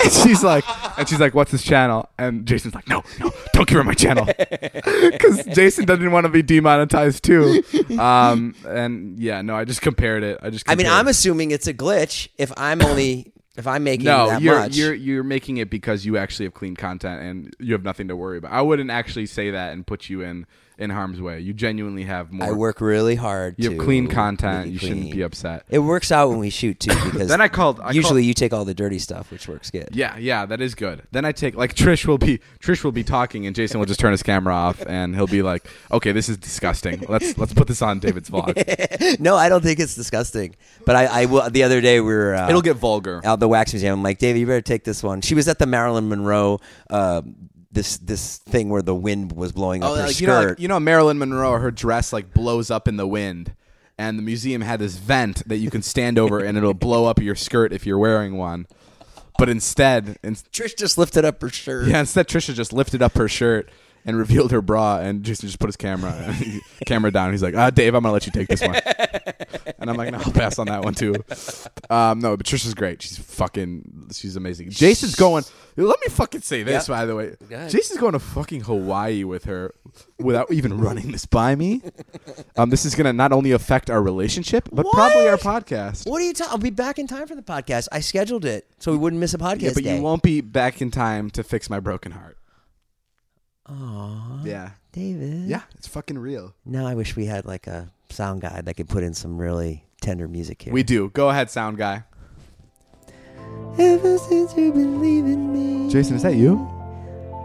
[SPEAKER 2] and she's like, and she's like, what's his channel? And Jason's like, no, no, don't give her my channel, because Jason doesn't want to be demonetized too. Um, and yeah, no, I just compared it. I just.
[SPEAKER 3] I mean,
[SPEAKER 2] Compared
[SPEAKER 3] I'm
[SPEAKER 2] it.
[SPEAKER 3] assuming it's a glitch. If I'm only if I'm making
[SPEAKER 2] No,
[SPEAKER 3] that
[SPEAKER 2] you're
[SPEAKER 3] much,
[SPEAKER 2] you're you're making it because you actually have clean content and you have nothing to worry about. I wouldn't actually say that and put you in in harm's way. You genuinely have more.
[SPEAKER 3] I work really hard.
[SPEAKER 2] You have
[SPEAKER 3] to
[SPEAKER 2] clean
[SPEAKER 3] be
[SPEAKER 2] content. You shouldn't
[SPEAKER 3] clean.
[SPEAKER 2] be upset.
[SPEAKER 3] It works out when we shoot too, because
[SPEAKER 2] Then I called- I
[SPEAKER 3] usually
[SPEAKER 2] called-
[SPEAKER 3] you take all the dirty stuff, which works good.
[SPEAKER 2] Yeah, yeah, that is good. Then I take like Trish will be Trish will be talking and Jason will just turn his camera off and he'll be like, "Okay, this is disgusting. Let's let's put this on David's vlog.
[SPEAKER 3] No, I don't think it's disgusting. But I, I will. The other day we were uh,
[SPEAKER 2] It'll get vulgar."
[SPEAKER 3] out the wax museum. I'm like, David, you better take this one. She was at the Marilyn Monroe. Uh, this this thing where the wind was blowing up her
[SPEAKER 2] Oh, like,
[SPEAKER 3] skirt.
[SPEAKER 2] you know, like, you know Marilyn Monroe, her dress like blows up in the wind, and the museum had this vent that you can stand over and it'll blow up your skirt if you're wearing one. But instead, in,
[SPEAKER 3] Trish just lifted up her shirt.
[SPEAKER 2] yeah, instead Trisha just lifted up her shirt. And revealed her bra, and Jason just put his camera camera down. He's like, "Ah, Dave, I'm gonna let you take this one." And I'm like, no, I'll pass on that one too. Um, no, but Trisha's great. She's fucking, she's amazing. Jason's going. Let me fucking say this, by the way. Jason's going to fucking Hawaii with her without even running this by me. Um, this is gonna not only affect our relationship, but probably our podcast.
[SPEAKER 3] What are you talking? I'll be back in time for the podcast. I scheduled it so we wouldn't miss a podcast
[SPEAKER 2] Yeah, but
[SPEAKER 3] day.
[SPEAKER 2] you won't be back in time to fix my broken heart. Aww. Yeah.
[SPEAKER 3] David.
[SPEAKER 2] Yeah, it's fucking real.
[SPEAKER 3] Now I wish we had like a sound guy that could put in some really tender music here.
[SPEAKER 2] We do. Go ahead, sound guy.
[SPEAKER 3] Ever since you believe in me,
[SPEAKER 2] Jason, is that you?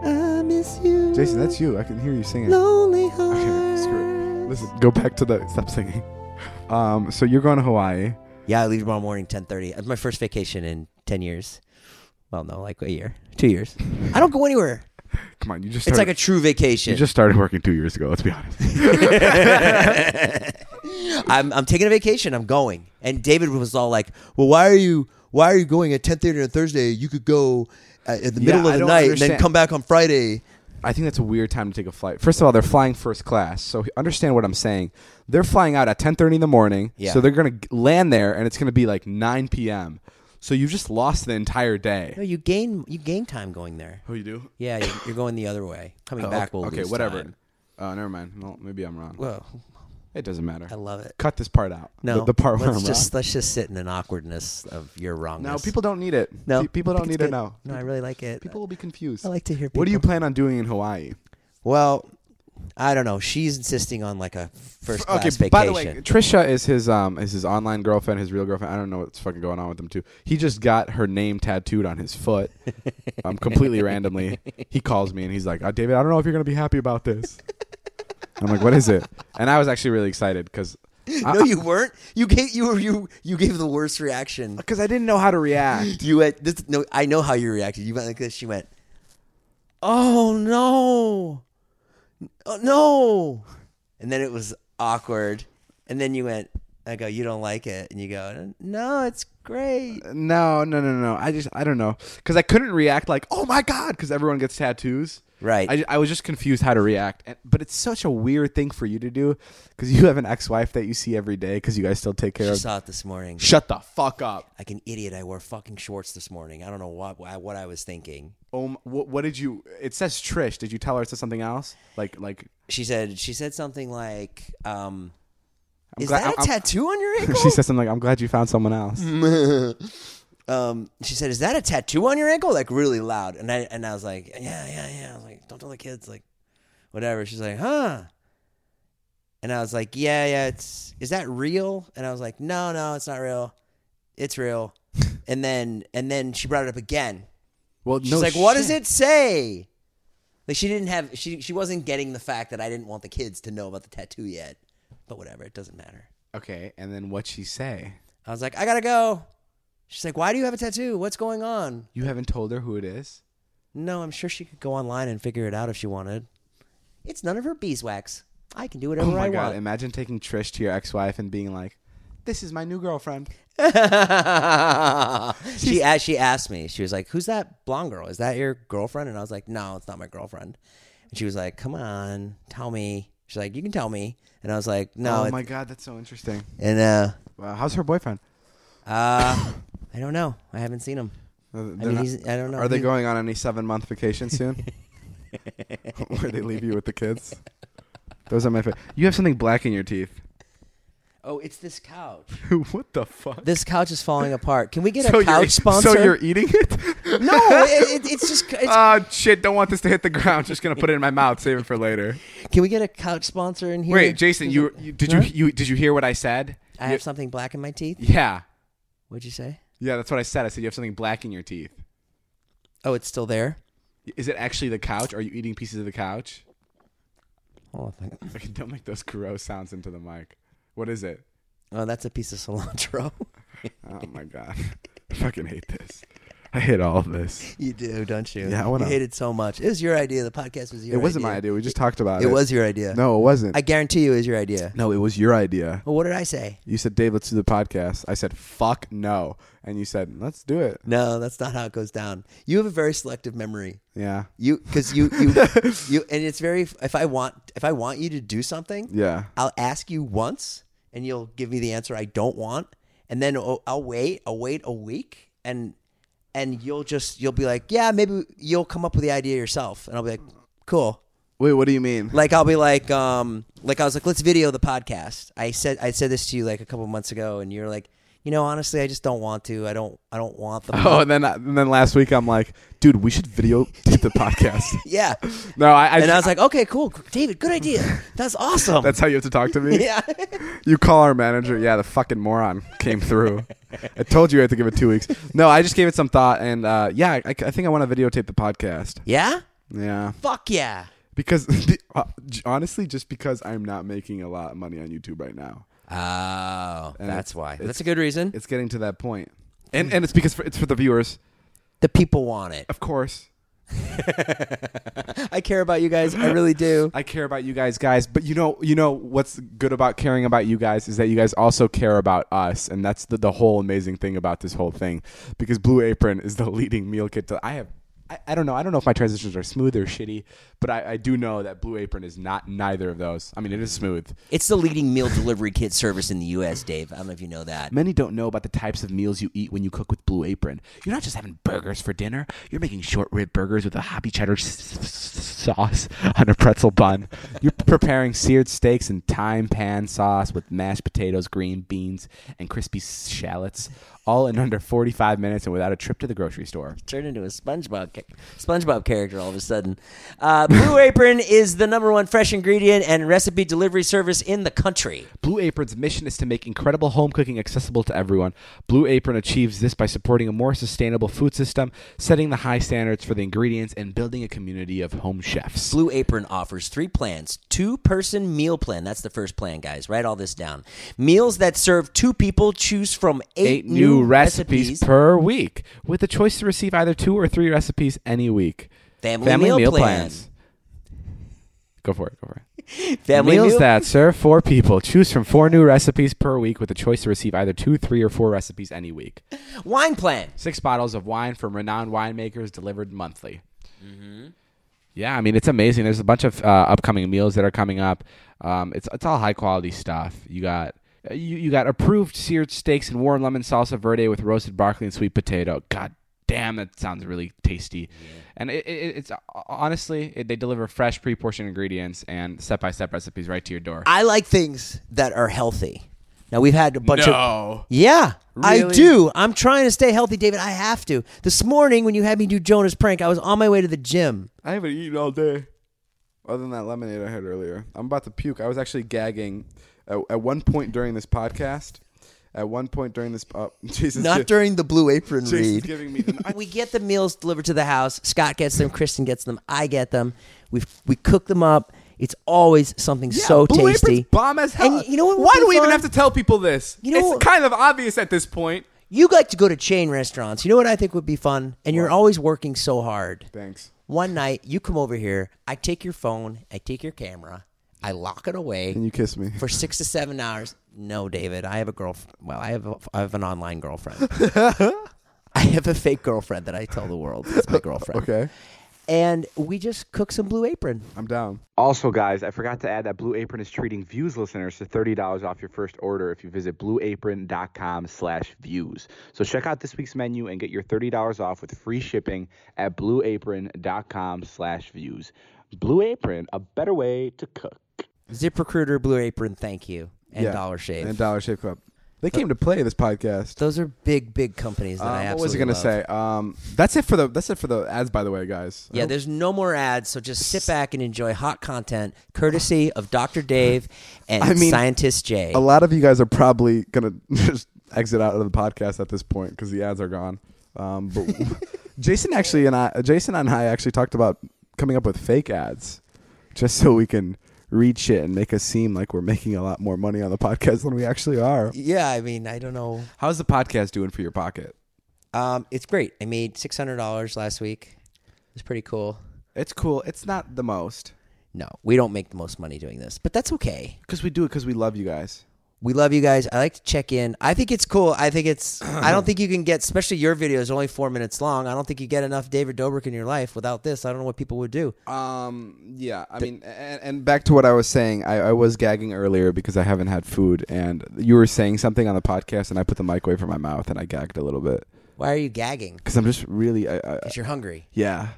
[SPEAKER 3] I miss you.
[SPEAKER 2] Jason, that's you. I can hear you singing.
[SPEAKER 3] lonely heart.
[SPEAKER 2] Okay, screw it. Listen, go back to the stop singing. Um, so you're going to Hawaii.
[SPEAKER 3] Yeah, I leave tomorrow morning, ten thirty. It's my first vacation in ten years. Well, no, like a year, two years. I don't go anywhere.
[SPEAKER 2] Come on, you just
[SPEAKER 3] It's
[SPEAKER 2] started,
[SPEAKER 3] like a true
[SPEAKER 2] you
[SPEAKER 3] vacation.
[SPEAKER 2] just started working two years ago. Let's be honest.
[SPEAKER 3] I'm, I'm taking a vacation. I'm going. And David was all like, "Well, why are you why are you going at ten thirty on Thursday? You could go uh, in the
[SPEAKER 2] Yeah,
[SPEAKER 3] middle
[SPEAKER 2] I
[SPEAKER 3] of the
[SPEAKER 2] don't
[SPEAKER 3] night and
[SPEAKER 2] understand.
[SPEAKER 3] then come back on Friday."
[SPEAKER 2] I think that's a weird time to take a flight. First of all, they're flying first class, so understand what I'm saying. They're flying out at 10:30 in the morning,
[SPEAKER 3] Yeah.
[SPEAKER 2] so they're gonna g- land there, and it's gonna be like 9 p.m. So you just lost the entire day.
[SPEAKER 3] No, you gain you gain time going there.
[SPEAKER 2] Oh, you do?
[SPEAKER 3] Yeah, you- you're going the other way. Coming back will
[SPEAKER 2] Oh, okay,
[SPEAKER 3] lose
[SPEAKER 2] whatever.
[SPEAKER 3] time.
[SPEAKER 2] Uh, never mind. Well, maybe I'm wrong.
[SPEAKER 3] Well,
[SPEAKER 2] It doesn't matter.
[SPEAKER 3] I love it.
[SPEAKER 2] Cut this part out.
[SPEAKER 3] No,
[SPEAKER 2] the, the part where
[SPEAKER 3] let's
[SPEAKER 2] I'm
[SPEAKER 3] just
[SPEAKER 2] wrong.
[SPEAKER 3] let's just sit in an awkwardness of your wrongness.
[SPEAKER 2] No, people don't need it.
[SPEAKER 3] No,
[SPEAKER 2] Pe- people
[SPEAKER 3] I
[SPEAKER 2] don't
[SPEAKER 3] think
[SPEAKER 2] need
[SPEAKER 3] it's
[SPEAKER 2] it
[SPEAKER 3] good.
[SPEAKER 2] now.
[SPEAKER 3] No, I really like it.
[SPEAKER 2] People will be confused.
[SPEAKER 3] I like to hear. People.
[SPEAKER 2] What do you plan on doing in Hawaii?
[SPEAKER 3] Well, I don't know. She's insisting on like a first class vacation.
[SPEAKER 2] By the way, Trisha is his um is his online girlfriend, his real girlfriend. I don't know what's fucking going on with them too. He just got her name tattooed on his foot, um, completely randomly. He calls me and he's like, oh, "David, I don't know if you're gonna be happy about this." I'm like, "What is it?" And I was actually really excited because
[SPEAKER 3] no, you weren't. You gave you were you you gave the worst reaction.
[SPEAKER 2] Because I didn't know how to react.
[SPEAKER 3] You went this. No, I know how you reacted. You went like this. She went, "Oh no, oh, no," and then it was awkward. And then you went. I go, "You don't like it," and you go, "No, it's great."
[SPEAKER 2] No, no, no, no. I just, I don't know. Because I couldn't react like, oh my God, because everyone gets tattoos.
[SPEAKER 3] Right.
[SPEAKER 2] I, ju- I was just confused how to react. And, but it's such a weird thing for you to do because you have an ex wife that you see every day because you guys still take care
[SPEAKER 3] She
[SPEAKER 2] of.
[SPEAKER 3] saw it this morning.
[SPEAKER 2] Shut the fuck up.
[SPEAKER 3] Like an idiot, I wore fucking shorts this morning. I don't know what what I was thinking.
[SPEAKER 2] Oh, m- what, what did you, it says Trish. Did you tell her it says something else? Like, like,
[SPEAKER 3] She said she said something like, um, "Is
[SPEAKER 2] glad-
[SPEAKER 3] that a Mm-hmm.
[SPEAKER 2] I'm-
[SPEAKER 3] tattoo on your ankle?"
[SPEAKER 2] she says something like, I'm glad you found someone else.
[SPEAKER 3] um, she said, "Is that a tattoo on your ankle?" Like really loud, and I and I was like, "Yeah, yeah, yeah." I was like, "Don't tell the kids," like, whatever. She's like, "Huh?" And I was like, "Yeah, yeah." It's is that real? And I was like, "No, no, it's not real. It's real." and then and then she brought it up again.
[SPEAKER 2] Well,
[SPEAKER 3] She's
[SPEAKER 2] no.
[SPEAKER 3] like, "What does
[SPEAKER 2] shit.
[SPEAKER 3] it say?" Like she didn't have she she wasn't getting the fact that I didn't want the kids to know about the tattoo yet. But whatever, it doesn't matter.
[SPEAKER 2] Okay. And then what'd she say?
[SPEAKER 3] I was like, "I gotta go." She's like, "Why do you have a tattoo? What's going on?"
[SPEAKER 2] You haven't told her who it is?
[SPEAKER 3] No, I'm sure she could go online and figure it out if she wanted. It's none of her beeswax. I can do
[SPEAKER 2] Oh
[SPEAKER 3] whatever
[SPEAKER 2] my
[SPEAKER 3] I
[SPEAKER 2] god!
[SPEAKER 3] want.
[SPEAKER 2] Imagine taking Trish to your ex-wife and being like, "This is my new girlfriend."
[SPEAKER 3] she a- she asked me. She was like, "Who's that blonde girl? Is that your girlfriend?" And I was like, "No, it's not my girlfriend." And she was like, "Come on, tell me." She's like, "You can tell me." And I was like, "No."
[SPEAKER 2] oh
[SPEAKER 3] it-
[SPEAKER 2] my god, that's so interesting.
[SPEAKER 3] And uh,
[SPEAKER 2] Wow, how's her boyfriend?
[SPEAKER 3] uh, I don't know. I haven't seen him.
[SPEAKER 2] Uh,
[SPEAKER 3] I
[SPEAKER 2] they're
[SPEAKER 3] mean,
[SPEAKER 2] not-
[SPEAKER 3] he's, I don't know.
[SPEAKER 2] are they
[SPEAKER 3] He-
[SPEAKER 2] going on any seven-month vacation soon? Where they leave you with the kids? Those are my favorite. You have something black in your teeth.
[SPEAKER 3] Oh, it's this couch.
[SPEAKER 2] what the fuck?
[SPEAKER 3] This couch is falling apart. Can we get
[SPEAKER 2] so
[SPEAKER 3] a couch
[SPEAKER 2] you're,
[SPEAKER 3] sponsor?
[SPEAKER 2] So you're eating it?
[SPEAKER 3] no, it, it, it's just. It's,
[SPEAKER 2] Ah, shit! Don't want this to hit the ground. Just gonna put it in my mouth. Save it for later.
[SPEAKER 3] can we get a couch sponsor in here?
[SPEAKER 2] Wait, Jason, you, you did you, you did you hear what I said?
[SPEAKER 3] I have something black in my teeth.
[SPEAKER 2] Yeah,
[SPEAKER 3] What'd you say?
[SPEAKER 2] yeah, that's what I said. I said you have something black in your teeth.
[SPEAKER 3] Oh, it's still there.
[SPEAKER 2] Is it actually the couch? Are you eating pieces of the couch?
[SPEAKER 3] Hold on a second.
[SPEAKER 2] Okay, don't make those gross sounds into the mic. What is it?
[SPEAKER 3] Oh, that's a piece of cilantro.
[SPEAKER 2] Oh my god, I fucking hate this. I hate all of this.
[SPEAKER 3] you do, don't you?
[SPEAKER 2] Yeah, I wanna-
[SPEAKER 3] you hate it so much. It was your idea. The podcast was your.
[SPEAKER 2] it wasn't my idea. We just talked about
[SPEAKER 3] It
[SPEAKER 2] it.
[SPEAKER 3] was your idea.
[SPEAKER 2] No, it wasn't.
[SPEAKER 3] I guarantee you, it was your idea.
[SPEAKER 2] no, it was your idea.
[SPEAKER 3] Well, what did I say?
[SPEAKER 2] You said, Dave, let's do the podcast. I said, fuck no. And you said, let's do it.
[SPEAKER 3] No, that's not how it goes down. You have a very selective memory.
[SPEAKER 2] Yeah.
[SPEAKER 3] You because you you you and it's very. If I want if I want you to do something,
[SPEAKER 2] Yeah.
[SPEAKER 3] I'll ask you once, and you'll give me the answer I don't want, and then I'll, I'll wait, I'll wait a week, and and you'll just you'll be like, yeah, maybe you'll come up with the idea yourself, and I'll be like, cool.
[SPEAKER 2] Wait, what do you mean?
[SPEAKER 3] Like I'll be like, um, like I was like, let's video the podcast. I said I said this to you like a couple months ago, and you're like, you know, honestly, I just don't want to. I don't I don't want the.
[SPEAKER 2] Oh, and then and then last week I'm like, dude, we should video tape the podcast.
[SPEAKER 3] yeah.
[SPEAKER 2] no, I, I,
[SPEAKER 3] And I was like, okay, cool, David, good idea. That's awesome.
[SPEAKER 2] that's how you have to talk to me.
[SPEAKER 3] yeah.
[SPEAKER 2] You call our manager. Yeah, the fucking moron came through. I told you I had to give it two weeks. No, I just gave it some thought, and uh, yeah, I, I think I want to videotape the podcast.
[SPEAKER 3] yeah.
[SPEAKER 2] Yeah,
[SPEAKER 3] Fuck yeah.
[SPEAKER 2] because the, uh, j- honestly, just because I'm not making a lot of money on YouTube right now,
[SPEAKER 3] Oh,
[SPEAKER 2] And
[SPEAKER 3] that's
[SPEAKER 2] it's-
[SPEAKER 3] why.
[SPEAKER 2] it's-
[SPEAKER 3] That's a good reason.
[SPEAKER 2] it's getting to that point, and and it's because for, it's for the viewers,
[SPEAKER 3] The people want it.
[SPEAKER 2] of course.
[SPEAKER 3] I care about you guys. I really do.
[SPEAKER 2] I care about you guys, guys. But you know, you know what's good about caring about you guys is that you guys also care about us, and that's the, the whole amazing thing about this whole thing. Because Blue Apron is the leading meal kit. To, I have, I, I don't know, I don't know if my transitions are smooth or shitty, but I, I do know that Blue Apron is not neither of those. I mean, it is smooth.
[SPEAKER 3] It's the leading meal delivery kit service in the U.S., Dave. I don't know if you know that.
[SPEAKER 2] Many don't know about the types of meals you eat when you cook with Blue Apron. You're not just having burgers for dinner, you're making short rib burgers with a hobby cheddar s- s- s- sauce on a pretzel bun. You're preparing seared steaks in thyme pan sauce with mashed potatoes, green beans, and crispy shallots,
[SPEAKER 9] all in under 45 minutes and without a trip to the grocery store.
[SPEAKER 10] Turned into a SpongeBob cha- SpongeBob character all of a sudden. Uh, Blue Apron is the number one fresh ingredient and recipe delivery service in the country.
[SPEAKER 9] Blue Apron's mission is to make incredible home cooking accessible to everyone. Blue Apron achieves this by supporting a more sustainable food system, setting the high standards for the ingredients, and building a community of home chefs.
[SPEAKER 10] Blue Apron offers three plans two person meal plan. That's the first plan, guys. Write all this down. Meals that serve two people. Choose from eight,
[SPEAKER 9] Eight new recipes, per week, with the choice to receive either two or three recipes any week.
[SPEAKER 10] Family meal plan.
[SPEAKER 9] Go for it. Go for it.
[SPEAKER 10] Family
[SPEAKER 9] meals
[SPEAKER 10] meal-
[SPEAKER 9] that serve four people. Choose from four new recipes per week with the choice to receive either two, three, or four recipes any week.
[SPEAKER 10] Wine plan.
[SPEAKER 9] Six bottles of wine from renowned winemakers delivered monthly. Yeah, I mean it's amazing. There's a bunch of uh, upcoming meals that are coming up. Um, it's it's all high quality stuff. You got. You, you got approved seared steaks and warm lemon salsa verde with roasted broccoli and sweet potato. God damn, that sounds really tasty. And it, it, it's uh, honestly, it, they deliver fresh, pre portioned ingredients and step by step recipes right to your door.
[SPEAKER 3] I like things that are healthy. Now we've had a bunch
[SPEAKER 9] No.
[SPEAKER 3] of yeah. I
[SPEAKER 9] Really?
[SPEAKER 3] do. I'm trying to stay healthy, David. I have to. This morning when you had me do Jonah's prank, I was on my way to the gym.
[SPEAKER 2] I haven't eaten all day. Other than that lemonade I had earlier, I'm about to puke. I was actually gagging at, at one point during this podcast. At one point during this, uh, Jesus,
[SPEAKER 3] Not during the blue apron
[SPEAKER 2] Jason's
[SPEAKER 3] read.
[SPEAKER 2] giving me the. I-
[SPEAKER 3] we get the meals delivered to the house. Scott gets them. Kristen gets them. I get them. We we cook them up. It's always something so
[SPEAKER 2] Blue Apron's
[SPEAKER 3] tasty.
[SPEAKER 2] bomb as hell.
[SPEAKER 3] And you know what would
[SPEAKER 2] Why
[SPEAKER 3] be
[SPEAKER 2] do we even
[SPEAKER 3] fun?
[SPEAKER 2] have to tell people this?
[SPEAKER 3] You know
[SPEAKER 2] it's
[SPEAKER 3] what-
[SPEAKER 2] kind of obvious at this point.
[SPEAKER 3] You like to go to chain restaurants. You know what I think would be fun? And you're always working so hard.
[SPEAKER 2] Thanks.
[SPEAKER 3] One night, you come over here. I take your phone. I take your camera. I lock it away
[SPEAKER 2] And you kiss me.
[SPEAKER 3] for six to seven hours. No, David, I have a girlfriend. Well, I have a, I have an online girlfriend. I have a fake girlfriend that I tell the world is my girlfriend.
[SPEAKER 2] Okay,
[SPEAKER 3] And we just cook some Blue Apron.
[SPEAKER 2] I'm down.
[SPEAKER 9] Also, guys, I forgot to add that Blue Apron is treating Views listeners to $30 off your first order if you visit blueapron.com slash views. So check out this week's menu and get your $30 off with free shipping at blueapron.com slash views. Blue Apron, a better way to cook.
[SPEAKER 3] ZipRecruiter, Blue Apron, thank you, and
[SPEAKER 2] Yeah.
[SPEAKER 3] Dollar Shave.
[SPEAKER 2] and Dollar Shave Club. They came to play this podcast.
[SPEAKER 3] Those are big, big companies that I
[SPEAKER 2] Um,
[SPEAKER 3] absolutely
[SPEAKER 2] what was I gonna
[SPEAKER 3] love.
[SPEAKER 2] say? Um, that's it for the that's it for the ads. By the way, guys. I
[SPEAKER 3] Yeah,
[SPEAKER 2] hope-
[SPEAKER 3] there's no more ads, so just sit back and enjoy hot content courtesy of Dr. Dave and
[SPEAKER 2] I mean,
[SPEAKER 3] Scientist Jay.
[SPEAKER 2] a lot of you guys are probably gonna just exit out of the podcast at this point because the ads are gone. Um, but Jason actually and I, Jason and I actually talked about coming up with fake ads, just so we can read shit and make us seem like we're making a lot more money on the podcast than we actually are.
[SPEAKER 3] yeah, I mean, I don't know.
[SPEAKER 9] How's the podcast doing for your pocket?
[SPEAKER 3] Um, it's great. I made six hundred dollars last week. It's pretty cool.
[SPEAKER 9] It's cool. It's not the most.
[SPEAKER 3] No, we don't make the most money doing this, but that's okay.
[SPEAKER 9] Because we do it because we love you guys.
[SPEAKER 3] We love you guys. I like to check in. I think it's cool. I think it's. I don't think you can get, especially your video is only four minutes long. I don't think you get enough David Dobrik in your life without this. I don't know what people would do.
[SPEAKER 2] Um. Yeah. I mean, and, and back to what I was saying. I, I was gagging earlier because I haven't had food, and you were saying something on the podcast, and I put the mic away from my mouth, and I gagged a little bit
[SPEAKER 3] Why are you gagging?
[SPEAKER 2] because I'm just really. I, I,
[SPEAKER 3] Because you're hungry.
[SPEAKER 2] yeah.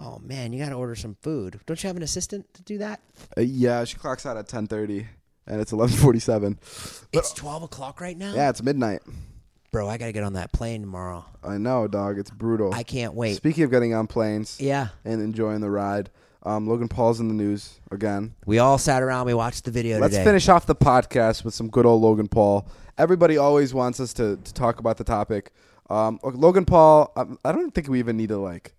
[SPEAKER 3] Oh man, you got to order some food. Don't you have an assistant to do that?
[SPEAKER 2] Uh, yeah. She clocks out at 10:30, and it's 11:47.
[SPEAKER 3] It's twelve o'clock right now.
[SPEAKER 2] Yeah, it's midnight.
[SPEAKER 3] bro, I got to get on that plane tomorrow.
[SPEAKER 2] I know, dog. It's brutal.
[SPEAKER 3] I can't wait.
[SPEAKER 2] Speaking of getting on planes
[SPEAKER 3] yeah,
[SPEAKER 2] and enjoying the ride, um, Logan Paul's in the news again.
[SPEAKER 3] we all sat around. We watched the video.
[SPEAKER 2] Let's
[SPEAKER 3] today.
[SPEAKER 2] finish off the podcast with some good old Logan Paul. Everybody always wants us to, to talk about the topic. Um, look, Logan Paul, um, I don't think we even need to like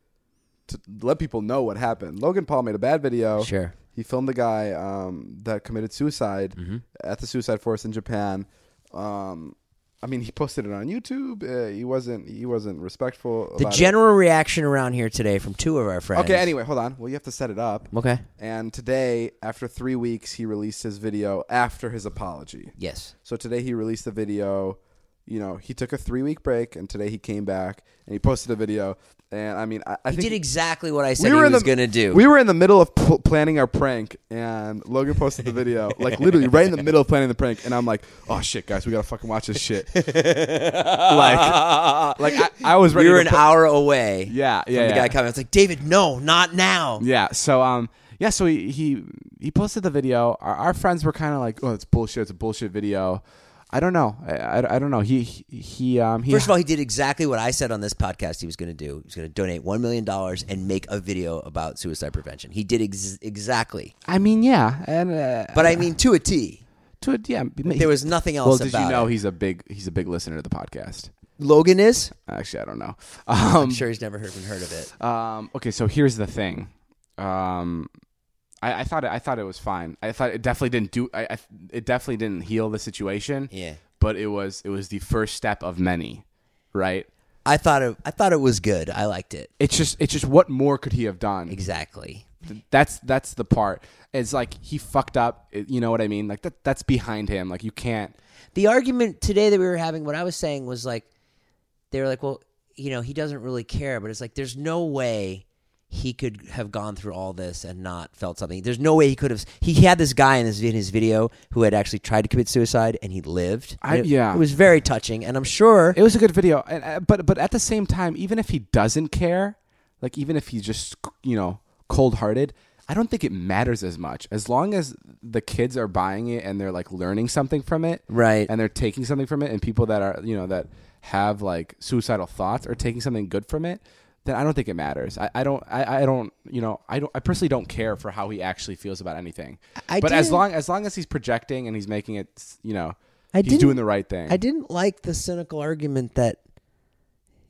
[SPEAKER 2] to let people know what happened. Logan Paul made a bad video.
[SPEAKER 3] Sure.
[SPEAKER 2] he filmed a guy um, that committed suicide
[SPEAKER 3] Mm-hmm.
[SPEAKER 2] at the suicide force in Japan. Um, I mean, he posted it on YouTube. Uh, he wasn't he wasn't respectful.
[SPEAKER 3] The
[SPEAKER 2] about it.
[SPEAKER 3] general reaction around here today from two of our friends.
[SPEAKER 2] Okay, anyway, hold on. Well, you have to set it up.
[SPEAKER 3] Okay.
[SPEAKER 2] And today, after three weeks, he released his video after his apology.
[SPEAKER 3] Yes.
[SPEAKER 2] So today he released the video. You know, he took a three week break, and today he came back and he posted a video. And I mean, I, I
[SPEAKER 3] He
[SPEAKER 2] think
[SPEAKER 3] did exactly what I said he was
[SPEAKER 2] the,
[SPEAKER 3] going to do.
[SPEAKER 2] We were in the middle of pl- planning our prank, and Logan posted the video, like literally right in the middle of planning the prank. And I'm like, "Oh shit, guys, we gotta fucking watch this shit." like, like I, I was ready.
[SPEAKER 3] We were
[SPEAKER 2] to
[SPEAKER 3] an
[SPEAKER 2] put-
[SPEAKER 3] hour away.
[SPEAKER 9] Yeah,
[SPEAKER 3] From
[SPEAKER 9] yeah,
[SPEAKER 3] the
[SPEAKER 9] yeah.
[SPEAKER 3] guy coming, I was like, David, no, not now.
[SPEAKER 9] Yeah. So um yeah, so he he, he posted the video. Our, our friends were kind of like, "Oh, it's bullshit. It's a bullshit video."
[SPEAKER 2] I don't know. I, I, I don't know. He he, he um he
[SPEAKER 3] First of all, he did exactly what I said on this podcast he was going to do. He was going to donate $1 million and make a video about suicide prevention. He did ex- exactly.
[SPEAKER 2] I mean, yeah, and uh,
[SPEAKER 3] But I mean, to a T.
[SPEAKER 2] to it, yeah,
[SPEAKER 3] There was nothing else
[SPEAKER 2] Well, did
[SPEAKER 3] about
[SPEAKER 2] you know
[SPEAKER 3] it.
[SPEAKER 2] he's a big he's a big listener to the podcast?
[SPEAKER 3] Logan is?
[SPEAKER 2] Actually, I don't know. Um,
[SPEAKER 3] I'm sure he's never heard, even heard of it.
[SPEAKER 2] Um, okay, so here's the thing. Um, I, I thought it, I thought it was fine. I thought it definitely didn't do. I, I it definitely didn't heal the situation.
[SPEAKER 3] Yeah.
[SPEAKER 2] But it was it was the first step of many, right?
[SPEAKER 3] I thought it, I thought it was good. I liked it.
[SPEAKER 2] It's just it's just what more could he have done?
[SPEAKER 3] Exactly.
[SPEAKER 2] That's that's the part. It's like he fucked up. it- You know what I mean? Like that that's behind him. Like you can't.
[SPEAKER 3] the argument today that we were having, what I was saying was like, they were like, well, you know, he doesn't really care, but it's like, there's no way he could have gone through all this and not felt something. There's no way he could have. He had this guy in his in his video who had actually tried to commit suicide and he lived.
[SPEAKER 2] I-
[SPEAKER 3] And it,
[SPEAKER 2] yeah.
[SPEAKER 3] it was very touching, and I'm sure
[SPEAKER 2] It was a good video, and, uh, but but at the same time, even if he doesn't care, like even if he's just you know cold hearted, I don't think it matters as much as long as the kids are buying it and they're like learning something from it,
[SPEAKER 3] Right.
[SPEAKER 2] And they're taking something from it, and people that are you know that have like suicidal thoughts are taking something good from it. Then I don't think it matters. I, I don't. I, I don't. You know. I don't. I personally don't care for how he actually feels about anything.
[SPEAKER 11] I
[SPEAKER 2] but as
[SPEAKER 11] didn't-
[SPEAKER 2] long as long as he's projecting and he's making it, you know,
[SPEAKER 11] I
[SPEAKER 2] he's doing
[SPEAKER 11] didn't-
[SPEAKER 2] the right thing.
[SPEAKER 11] I didn't like the cynical argument that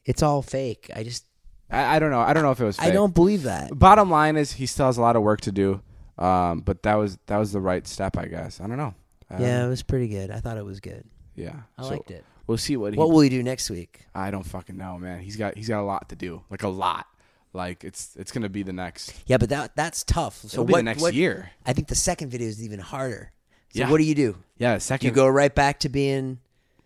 [SPEAKER 3] it's all fake. I just
[SPEAKER 2] I, I don't know. I don't know if it was.
[SPEAKER 11] I
[SPEAKER 2] fake.
[SPEAKER 11] don't believe that.
[SPEAKER 2] bottom line is he still has a lot of work to do. Um, but that was that was the right step, I guess. I don't know. I don't
[SPEAKER 11] Yeah,
[SPEAKER 2] know.
[SPEAKER 11] it was pretty good. I thought it was good.
[SPEAKER 2] yeah.
[SPEAKER 3] I
[SPEAKER 2] So
[SPEAKER 3] liked it.
[SPEAKER 2] We'll see what he.
[SPEAKER 3] What will he do next week?
[SPEAKER 2] I don't fucking know, man. He's got he's got a lot to do, like a lot. Like it's it's gonna be the next.
[SPEAKER 3] Yeah, but that that's tough. So
[SPEAKER 2] It'll
[SPEAKER 3] what
[SPEAKER 2] be the next
[SPEAKER 3] what-
[SPEAKER 2] year.
[SPEAKER 3] I think the second video is even harder. So
[SPEAKER 2] Yeah.
[SPEAKER 3] what do you do?
[SPEAKER 2] Yeah,
[SPEAKER 3] Do
[SPEAKER 2] second
[SPEAKER 3] you go right back to being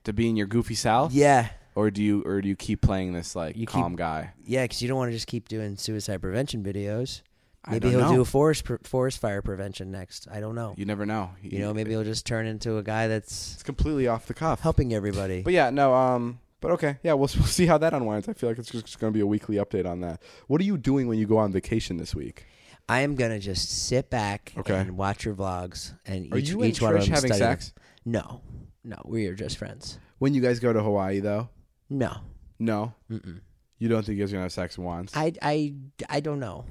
[SPEAKER 2] to being your goofy self,
[SPEAKER 3] yeah
[SPEAKER 2] or do you or do you keep playing this like
[SPEAKER 3] You keep-
[SPEAKER 2] calm guy?
[SPEAKER 3] yeah because you don't want to just keep doing suicide prevention videos.
[SPEAKER 2] I don't
[SPEAKER 3] Maybe he'll
[SPEAKER 2] know.
[SPEAKER 3] do a forest pr- forest fire prevention next. I don't know.
[SPEAKER 2] You never know.
[SPEAKER 3] You know, maybe he'll just turn into a guy that's
[SPEAKER 2] it's completely off the cuff.
[SPEAKER 3] helping everybody.
[SPEAKER 2] But yeah, no. Um, but okay, yeah, we'll we'll see how that unwinds. I feel like it's just gonna be a weekly update on that. What are you doing when you go on vacation this week?
[SPEAKER 3] I am gonna just sit back
[SPEAKER 2] Okay.
[SPEAKER 3] and watch your vlogs. And
[SPEAKER 2] Are
[SPEAKER 3] each,
[SPEAKER 2] you and
[SPEAKER 3] each one of
[SPEAKER 2] Trish
[SPEAKER 3] them
[SPEAKER 2] having
[SPEAKER 3] study them.
[SPEAKER 2] sex?
[SPEAKER 3] No, no, we are just friends.
[SPEAKER 2] When you guys go to Hawaii, though,
[SPEAKER 3] No,
[SPEAKER 2] no,
[SPEAKER 3] Mm-mm.
[SPEAKER 2] you don't think you guys are gonna have sex once.
[SPEAKER 3] I, I, I don't know.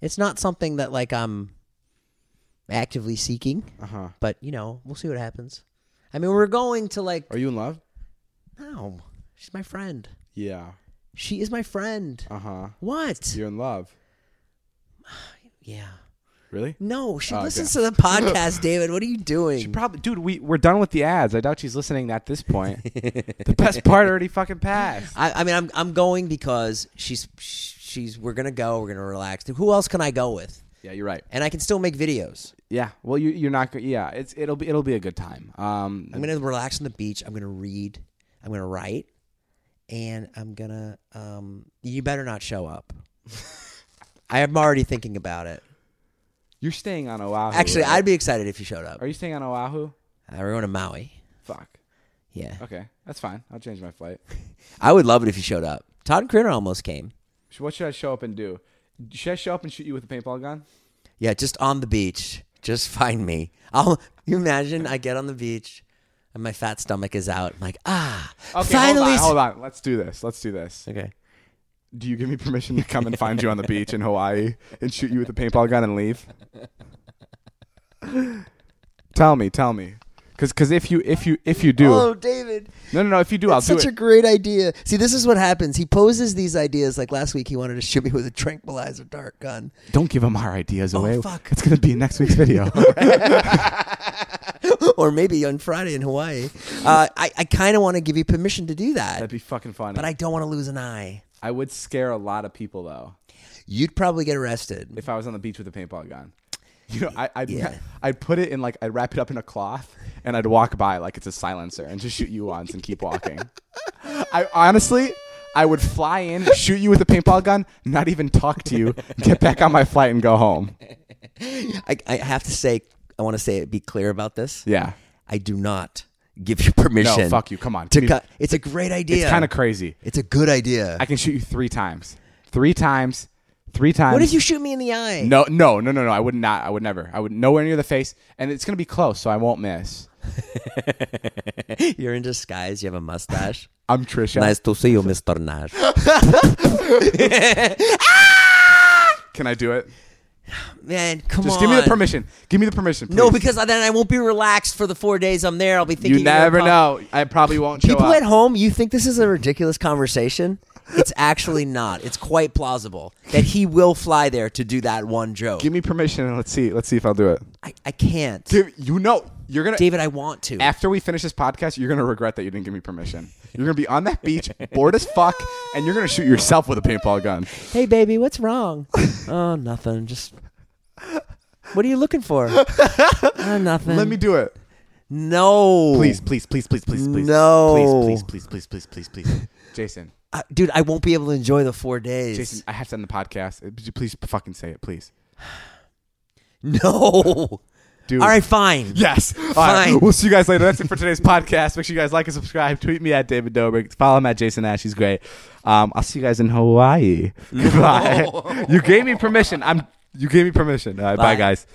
[SPEAKER 3] It's not something that like I'm actively seeking,
[SPEAKER 2] Uh huh.
[SPEAKER 3] but you know, we'll see what happens. I mean, we're going to like
[SPEAKER 2] Are you in love?
[SPEAKER 3] no, she's my friend.
[SPEAKER 2] Yeah.
[SPEAKER 3] She is my friend.
[SPEAKER 2] Uh huh.
[SPEAKER 3] What?
[SPEAKER 2] You're in love.
[SPEAKER 3] Yeah.
[SPEAKER 2] Really?
[SPEAKER 3] No, she
[SPEAKER 2] Oh,
[SPEAKER 3] listens
[SPEAKER 2] okay.
[SPEAKER 3] to the podcast, David. What are you doing?
[SPEAKER 2] She probably, dude. We we're done with the ads. I doubt she's listening at this point. the best part already fucking passed.
[SPEAKER 3] I, I mean, I'm I'm going because she's she's we're gonna go. We're gonna relax. Who else can I go with?
[SPEAKER 2] Yeah, you're right.
[SPEAKER 3] And I can still make videos.
[SPEAKER 2] Yeah. Well, you you're not. go- Yeah. It's it'll be it'll be a good time. Um.
[SPEAKER 3] I'm gonna relax on the beach. I'm gonna read. I'm gonna write, and I'm gonna. Um, you better not show up. I am already thinking about it.
[SPEAKER 2] You're staying on Oahu.
[SPEAKER 3] Actually,
[SPEAKER 2] right?
[SPEAKER 3] I'd be excited if you showed up.
[SPEAKER 2] Are you staying on Oahu?
[SPEAKER 3] Uh, We're going to Maui.
[SPEAKER 2] Fuck.
[SPEAKER 3] Yeah,
[SPEAKER 2] Okay, that's fine. I'll change my flight.
[SPEAKER 3] I would love it if you showed up. Todd and Krina almost came.
[SPEAKER 2] Sh- What should I show up and do? Should I show up and shoot you with a paintball gun?
[SPEAKER 3] Yeah, just on the beach. Just find me. I'll you imagine I get on the beach and my fat stomach is out. I'm like, ah,
[SPEAKER 2] Okay, hold
[SPEAKER 3] finally.
[SPEAKER 2] on, hold on. Let's do this. Let's do this.
[SPEAKER 3] Okay.
[SPEAKER 2] Do you give me permission to come and find you on the beach in Hawaii and shoot you with a paintball gun and leave? tell me, tell me, because if you if you if you do,
[SPEAKER 11] Oh, David,
[SPEAKER 2] no no no, if you do, I'll do
[SPEAKER 11] such
[SPEAKER 2] it.
[SPEAKER 11] a great idea. See, this is what happens. He poses these ideas. Like last week, he wanted to shoot me with a tranquilizer dart gun.
[SPEAKER 2] Don't give them our ideas away.
[SPEAKER 11] Oh, fuck.
[SPEAKER 2] It's gonna be in next week's video.
[SPEAKER 11] or maybe on Friday in Hawaii. Uh, I, I kind of want to give you permission to do that,
[SPEAKER 2] That'd be fucking funny.
[SPEAKER 11] but I don't want to lose an eye.
[SPEAKER 2] I would scare a lot of people though.
[SPEAKER 11] You'd probably get arrested.
[SPEAKER 2] if I was on the beach with a paintball gun. You know, I, I'd,
[SPEAKER 11] Yeah.
[SPEAKER 2] I'd put it in like, I'd wrap it up in a cloth and I'd walk by like it's a silencer and just shoot you once and keep walking. I honestly, I would fly in, shoot you with a paintball gun, not even talk to you, get back on my flight and go home.
[SPEAKER 3] I, I have to say, I want to say it. Be clear about this.
[SPEAKER 2] Yeah.
[SPEAKER 3] I do not give you permission.
[SPEAKER 2] No, fuck you. Come on.
[SPEAKER 3] To
[SPEAKER 2] Dude,
[SPEAKER 3] cut. It's a great idea.
[SPEAKER 2] It's kind of crazy.
[SPEAKER 11] It's a good idea.
[SPEAKER 2] I can shoot you three times. Three times. three times.
[SPEAKER 3] What if you shoot me in the eye?
[SPEAKER 2] No, no, no, no, no. I would not. I would never. I would nowhere near the face, and it's gonna be close, so I won't miss.
[SPEAKER 3] You're in disguise. You have a mustache.
[SPEAKER 2] I'm Trisha.
[SPEAKER 3] nice to see you, Mr. Nash.
[SPEAKER 2] Can I do it?
[SPEAKER 3] Man, come
[SPEAKER 2] Just
[SPEAKER 3] on.
[SPEAKER 2] give me the permission. Give me the permission. Please.
[SPEAKER 3] No, because then I won't be relaxed for the four days I'm there. I'll be thinking.
[SPEAKER 2] you never
[SPEAKER 3] about-
[SPEAKER 2] know. I probably won't show
[SPEAKER 12] People
[SPEAKER 2] up.
[SPEAKER 12] at home, you think this is a ridiculous
[SPEAKER 3] conversation. It's actually not. It's quite plausible that he will fly there to do that one joke.
[SPEAKER 2] Give me permission and let's see. Let's see if I'll do it.
[SPEAKER 3] I, I can't.
[SPEAKER 2] Give, you know you're gonna.
[SPEAKER 3] David, I want to.
[SPEAKER 2] after we finish this podcast, you're gonna regret that you didn't give me permission. You're gonna be on that beach, bored as fuck, and you're gonna shoot yourself with a paintball gun.
[SPEAKER 12] Hey, baby, what's wrong? oh, nothing. Just. What are you looking for? oh, nothing.
[SPEAKER 2] Let me do it,
[SPEAKER 3] no.
[SPEAKER 2] please, please, please, please, please, please.
[SPEAKER 12] No.
[SPEAKER 2] please, please, please, please, please, please, please. Jason,
[SPEAKER 3] I- Uh, dude, I won't be able to enjoy the four days.
[SPEAKER 2] Jason, I have to end the podcast. Would you Please fucking say it, please.
[SPEAKER 3] No.
[SPEAKER 2] Dude.
[SPEAKER 3] All right, fine.
[SPEAKER 2] Yes. All right.
[SPEAKER 3] Fine.
[SPEAKER 2] We'll see you guys later. That's it for today's podcast. Make sure you guys like and subscribe. Tweet me at David Dobrik. Follow him at Jason Ash. He's great. Um, I'll see you guys in Hawaii. Goodbye. you gave me permission. I'm. You gave me permission. All right, bye guys.